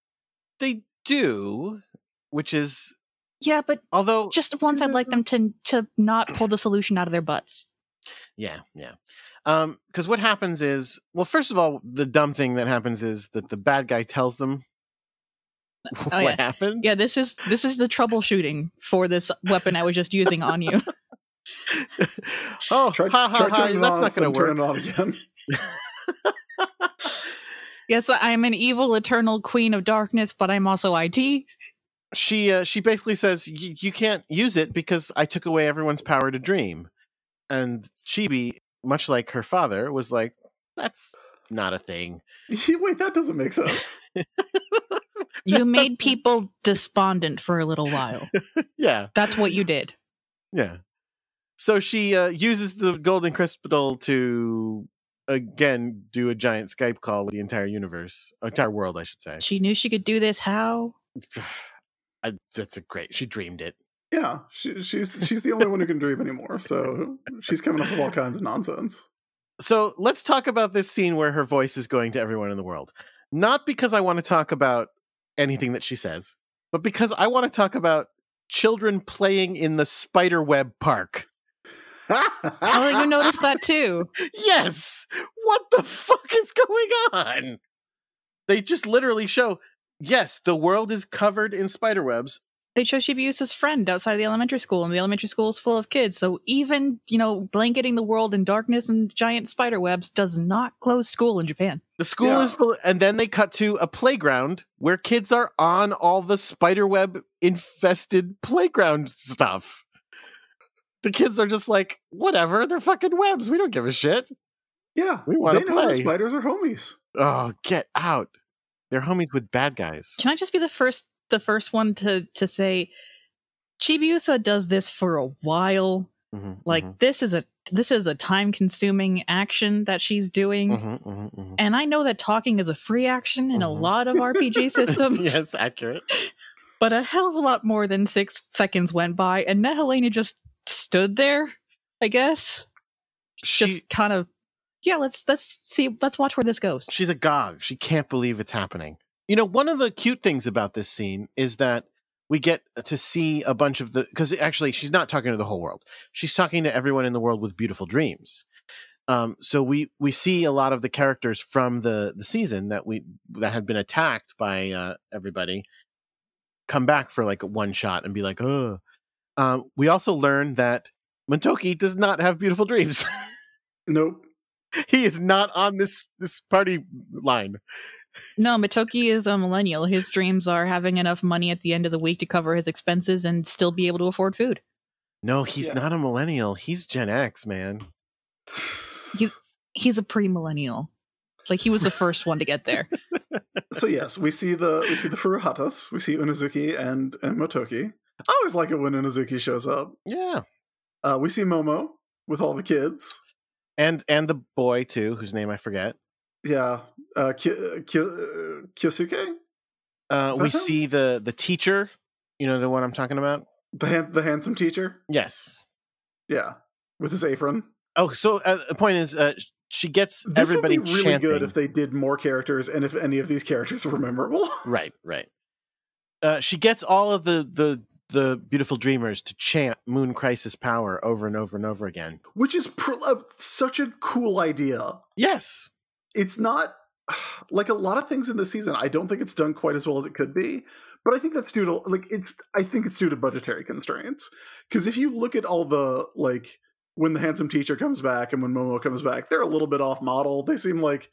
S1: they do, which is
S3: yeah, but
S1: although
S3: just once I'd like them to to not pull the solution out of their butts.
S1: Yeah, yeah. Um, because what happens is, well, first of all, the dumb thing that happens is that the bad guy tells them what
S3: oh, yeah.
S1: happened.
S3: Yeah, this is this is the troubleshooting for this weapon I was just using on you.
S1: oh,
S2: try,
S1: ha, ha,
S2: try
S1: ha,
S2: turning it
S1: that's
S2: on
S1: not going
S2: and
S1: to
S2: turn
S1: work.
S2: it on again.
S3: Yes, I am an evil eternal queen of darkness, but I'm also IT.
S1: She uh, she basically says "Y- you can't use it because I took away everyone's power to dream, and Chibi, much like her father, was like, that's not a thing.
S2: Wait, that doesn't make sense.
S3: You made people despondent for a little while.
S1: Yeah,
S3: That's what you did.
S1: Yeah. So she uh, uses the golden crystal to again do a giant Skype call with the entire universe, entire world, I should say.
S3: She knew she could do this. How?
S1: I, that's a great. She dreamed it.
S2: Yeah, she, she's she's the only one who can dream anymore, so she's coming up with all kinds of nonsense.
S1: So let's talk about this scene where her voice is going to everyone in the world. Not because I want to talk about anything that she says, but because I want to talk about children playing in the spiderweb park.
S3: Oh, you noticed that too.
S1: Yes. What the fuck is going on? They just literally show. Yes, the world is covered in spider webs.
S3: They chose Shibuya's friend outside of the elementary school, and the elementary school is full of kids. So even you know, blanketing the world in darkness and giant spider webs does not close school in Japan.
S1: The school is
S2: Yeah.
S1: full, and then they cut to a playground where kids are on all the spider web infested playground stuff. The kids are just like, whatever, they're fucking webs. We don't give a shit.
S2: yeah,
S1: We wanna
S2: they know
S1: play.
S2: that spiders are homies.
S1: Oh, get out. They're homies with bad guys.
S3: Can I just be the first the first one to to say Chibiusa does this for a while.
S1: Mhm,
S3: Like
S1: mhm,
S3: this is a this is a time consuming action that she's doing.
S1: mhm, mhm, mhm.
S3: And I know that talking is a free action in
S1: Mhm.
S3: a lot of RPG systems,
S1: yes, accurate.
S3: but a hell of a lot more than six seconds went by, and Nehelena just stood there, I guess.
S1: She-
S3: just kind of yeah, let's let's see let's watch where this goes.
S1: she's agog. She can't believe it's happening. You know, one of the cute things about this scene is that we get to see a bunch of the because actually she's not talking to the whole world. She's talking to everyone in the world with beautiful dreams. Um, so we we see a lot of the characters from the the season that we that had been attacked by uh, everybody come back for like one shot and be like, oh. Um, we also learn that Montoki does not have beautiful dreams.
S2: Nope.
S1: he is not on this this party line.
S3: No, Matoki is a millennial. His dreams are having enough money at the end of the week to cover his expenses and still be able to afford food.
S1: No, he's
S2: Yeah.
S1: not a millennial. He's Gen X, man.
S3: You- He's a pre-millennial. Like he was the first one to get there.
S2: so yes, we see the we see the Furuhatas, we see Unazuki and, and Motoki. I always like it when Unazuki shows up.
S1: Yeah.
S2: Uh, we see Momo with all the kids.
S1: And and the boy too, whose name I forget.
S2: Yeah, uh, Ki- uh, Ki- uh, Kyosuke,
S1: Uh,
S2: Is that
S1: we
S2: him?
S1: see the the teacher. You know the one I'm talking about.
S2: the hand- the handsome teacher.
S1: Yes.
S2: Yeah, with his apron.
S1: Oh, so uh, the point is, uh, she gets
S2: This
S1: everybody
S2: would be really
S1: chanting.
S2: good if they did more characters and if any of these characters were memorable.
S1: Right, right. Uh, she gets all of the the the beautiful dreamers to chant Moon Crisis Power over and over and over again.
S2: Which is pr- uh, such a cool idea.
S1: Yes.
S2: it's not like a lot of things in this season i don't think it's done quite as well as it could be but i think that's due to like it's i think it's due to budgetary constraints because if you look at all the like when the handsome teacher comes back and when momo comes back they're a little bit off model they seem like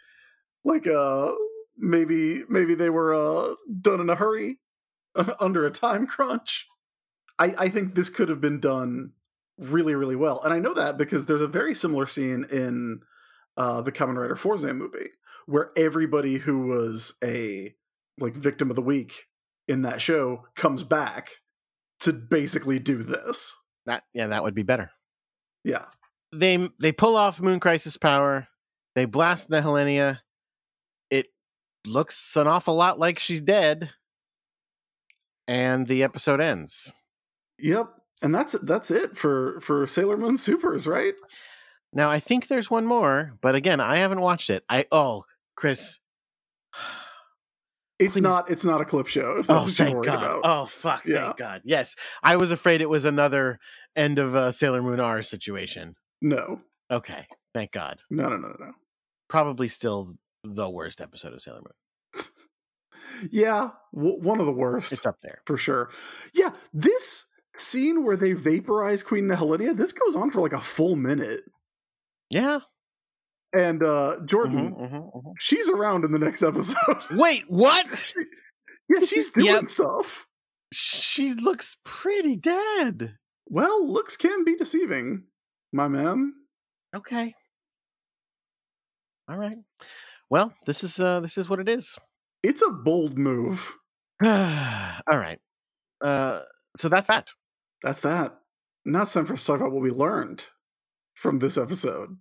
S2: like uh maybe maybe they were uh done in a hurry under a time crunch i i think this could have been done really really well and i know that because there's a very similar scene in uh, the Kamen Rider Forza movie, where everybody who was a like victim of the week in that show comes back to basically do this.
S1: That yeah, that would be better.
S2: Yeah,
S1: They they pull off Moon Crisis Power. They blast the Helenia. It looks an awful lot like she's dead. And the episode ends.
S2: yep, and that's that's it for for Sailor Moon Supers, right?
S1: Now I think there's one more, but again, I haven't watched it. I oh, Chris.
S2: It's
S1: Please.
S2: not it's not a clip show. If that's
S1: Oh,
S2: what you're
S1: thank
S2: worried
S1: God.
S2: about.
S1: Oh, fuck.
S2: Yeah.
S1: Thank God. Yes. I was afraid it was another end of uh, Sailor Moon R situation.
S2: No,
S1: Okay. Thank God.
S2: no, no, no, no, no.
S1: Probably still the worst episode of Sailor Moon.
S2: Yeah, w- one of the worst.
S1: It's up there.
S2: for sure. Yeah, this scene where they vaporize Queen Helenia, this goes on for like a full minute.
S1: Yeah.
S2: And uh Jordan,
S1: Mhm, mhm, mhm.
S2: she's around in the next episode.
S1: Wait, what?
S2: yeah, she's doing
S3: Yep.
S2: stuff.
S1: She looks pretty dead.
S2: Well, looks can be deceiving, my man.
S1: Okay. All right. Well, this is uh this is what it is.
S2: It's a bold move.
S1: All right. Uh so that's that.
S2: That's that. Now it's time for us to talk about what we learned from this episode.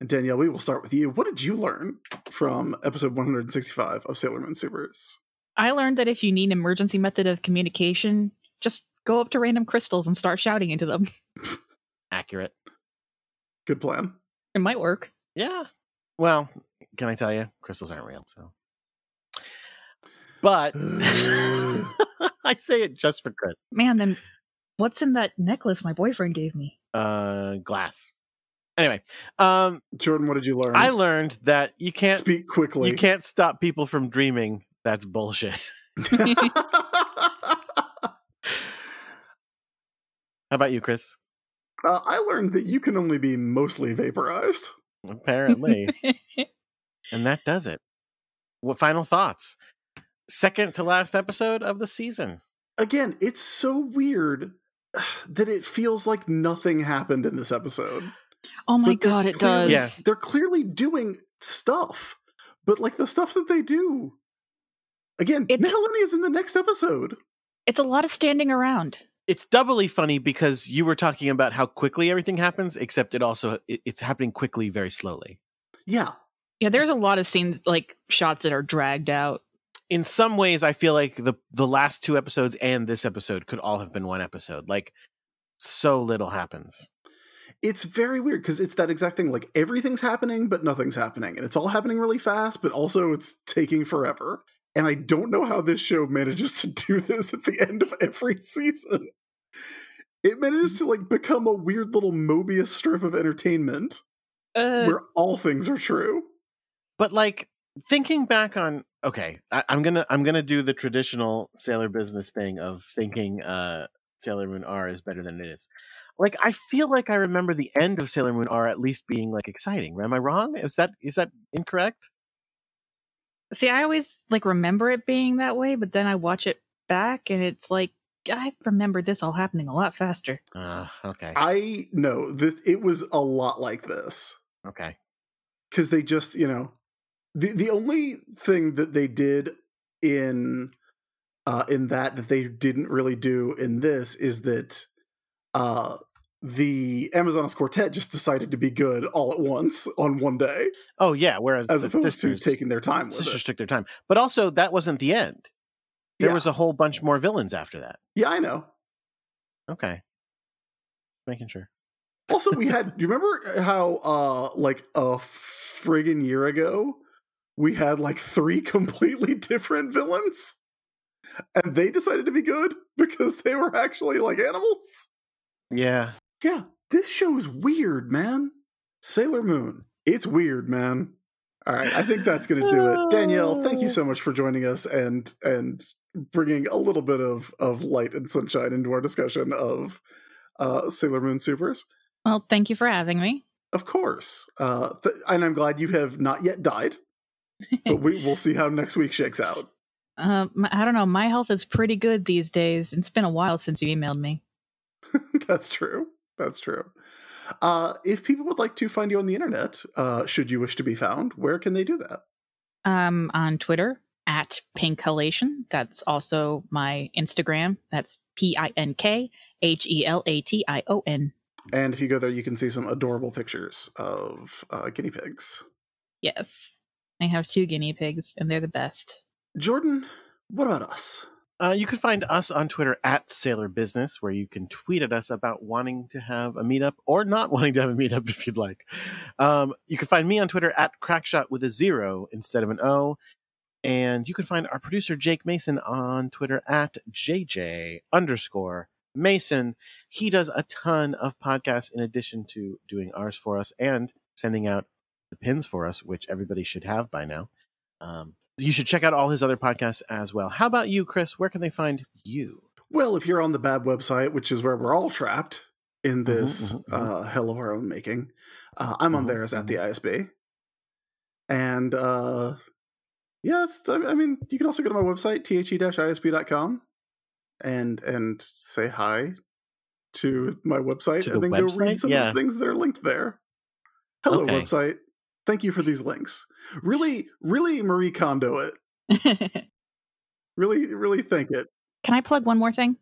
S2: And Danielle, we will start with you. What did you learn from episode 165 of Sailor Moon Supers?
S3: I learned that if you need an emergency method of communication, just go up to random crystals and start shouting into them.
S1: Accurate.
S2: Good plan.
S3: It might work.
S1: Yeah. Well, can I tell you, crystals aren't real. So, but I say it just for Chris.
S3: Man, then what's in that necklace my boyfriend gave me?
S1: Uh, glass. Anyway, um,
S2: Jordan, what did you learn?
S1: I learned that you can't
S2: Speak quickly.
S1: you can't stop people from dreaming. That's bullshit.
S2: uh,
S1: How about you, Chris?
S2: Uh, I learned that you can only be mostly vaporized.
S1: Apparently, and that does it. What final thoughts? Second to last episode of the season.
S2: Again, it's so weird that it feels like nothing happened in this episode.
S3: oh my
S2: But they're
S3: god, it does.
S2: clearly-
S1: Yeah.
S2: They're clearly doing stuff, but like the stuff that they do. Again,
S3: It's-
S2: Melanie is in the next episode.
S3: It's a lot of standing around.
S1: It's doubly funny because you were talking about how quickly everything happens, except it also it- it's happening quickly, very slowly.
S2: Yeah.
S3: Yeah, there's a lot of scenes like shots that are dragged out.
S1: in some ways i feel like the the last two episodes and this episode could all have been one episode like so little happens
S2: It's very weird because it's that exact thing. Like everything's happening, but nothing's happening. And it's all happening really fast, but also it's taking forever. And I don't know how this show manages to do this at the end of every season. It manages to like become a weird little Mobius strip of entertainment.
S3: Uh,
S2: where all things are true.
S1: but like thinking back on okay I, i'm gonna i'm gonna do the traditional sailor business thing of thinking uh sailor moon r is better than it is like i feel like i remember the end of sailor moon r at least being like exciting am i wrong is that is that incorrect
S3: see, I always like remember it being that way, but then I watch it back and it's like I remember this all happening a lot faster.
S1: uh, okay
S2: I know that it was a lot like this
S1: okay
S2: because they just, you know, the the only thing that they did in uh, in that that they didn't really do in this is that uh, the Amazonas Quartet just decided to be good all at once on one day,
S1: oh yeah whereas
S2: as
S1: the
S2: opposed
S1: sisters,
S2: to taking their time with
S1: sisters
S2: it.
S1: took their time but also that wasn't the end there
S2: Yeah.
S1: was a whole bunch more villains after that
S2: Yeah, I know.
S1: okay making sure
S2: Also, we had. do you remember how, uh, like a friggin' year ago, we had like three completely different villains, and they decided to be good because they were actually like animals.
S1: yeah
S2: Yeah, this show is weird, man. Sailor Moon, it's weird, man. All right, I think that's gonna do it. Danielle, thank you so much for joining us and and bringing a little bit of of light and sunshine into our discussion of uh, Sailor Moon Supers.
S3: Well, thank you for having me.
S2: Of course. Uh, th- and I'm glad you have not yet died, but we will see how next week shakes out.
S3: Uh, my, I don't know. My health is pretty good these days. It's been a while since you emailed me.
S2: That's true. That's true. Uh, if people would like to find you on the internet, uh, should you wish to be found, where can they do that?
S3: Um, on Twitter at Pinkalation. That's also my Instagram. That's P I N K H E L A T I O N.
S2: And if you go there, you can see some adorable pictures of uh, guinea pigs.
S3: Yes, I have two guinea pigs, and they're the best.
S2: Jordan, what about us?
S1: Uh, you can find us on Twitter at Sailor Business, where you can tweet at us about wanting to have a meetup or not wanting to have a meetup if you'd like. Um, you can find me on Twitter at Crackshot with a zero instead of an O. And you can find our producer Jake Mason on Twitter at JJ underscore Mason. He does a ton of podcasts in addition to doing ours for us and sending out the pins for us, which everybody should have by now. Um, you should check out all his other podcasts as well. How about you, Chris? Where can they find you?
S2: Well, if you're on the bad website, which is where we're all trapped in this
S1: mhm, mhm.
S2: Uh, hell of our own making, uh, I'm on
S1: Mhm,
S2: there as at the ISB. And uh, yeah, it's, I I mean, you can also go to my website, the-isb.com, and and say hi to my website,
S1: To the
S2: and then go
S1: website?
S2: read some
S1: Yeah.
S2: of the things that are linked there. Hello,
S1: Okay.
S2: website. Thank you for these links. Really, really, Marie Kondo it.
S3: Can
S2: Really, really thank it.
S3: I plug one more thing?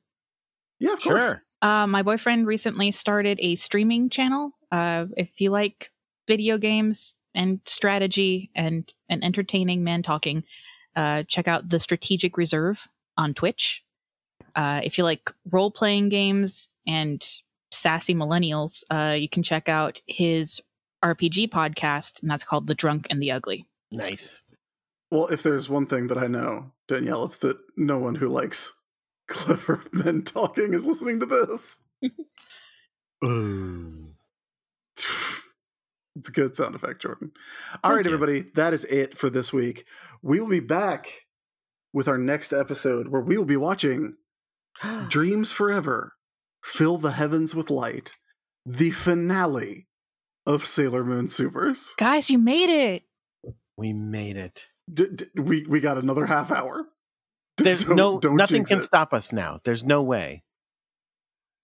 S2: Yeah, of course.
S1: Sure.
S3: Uh, my boyfriend recently started a streaming channel. Uh, if you like video games and strategy and an entertaining man talking, uh, check out the Strategic Reserve on Twitch. Uh, if you like role playing games and sassy millennials, uh, you can check out his RPG podcast, and that's called The Drunk and the Ugly.
S1: Nice.
S2: Well, if there's one thing that I know, Danielle, it's that no one who likes clever men talking is listening to this.
S1: Ooh.
S2: It's a good sound effect, Jordan. All right,
S1: Thank you.
S2: everybody, that is it for this week. We will be back with our next episode where we will be watching Dreams Forever, Fill the Heavens with Light, the finale of Sailor Moon Supers.
S3: Guys, you made it!
S1: we made it.
S2: D- d- we, we got another half hour. D-
S1: There's
S2: don't-
S1: no
S2: don't
S1: nothing
S2: jinx
S1: can
S2: it.
S1: stop us now. There's no way.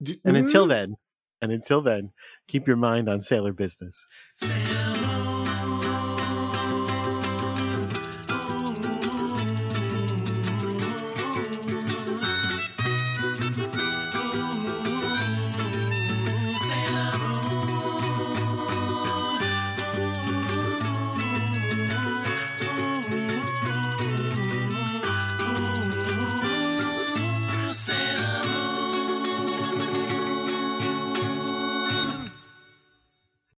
S2: D-
S1: And until then, and until then, keep your mind on sailor business.
S4: Sail on.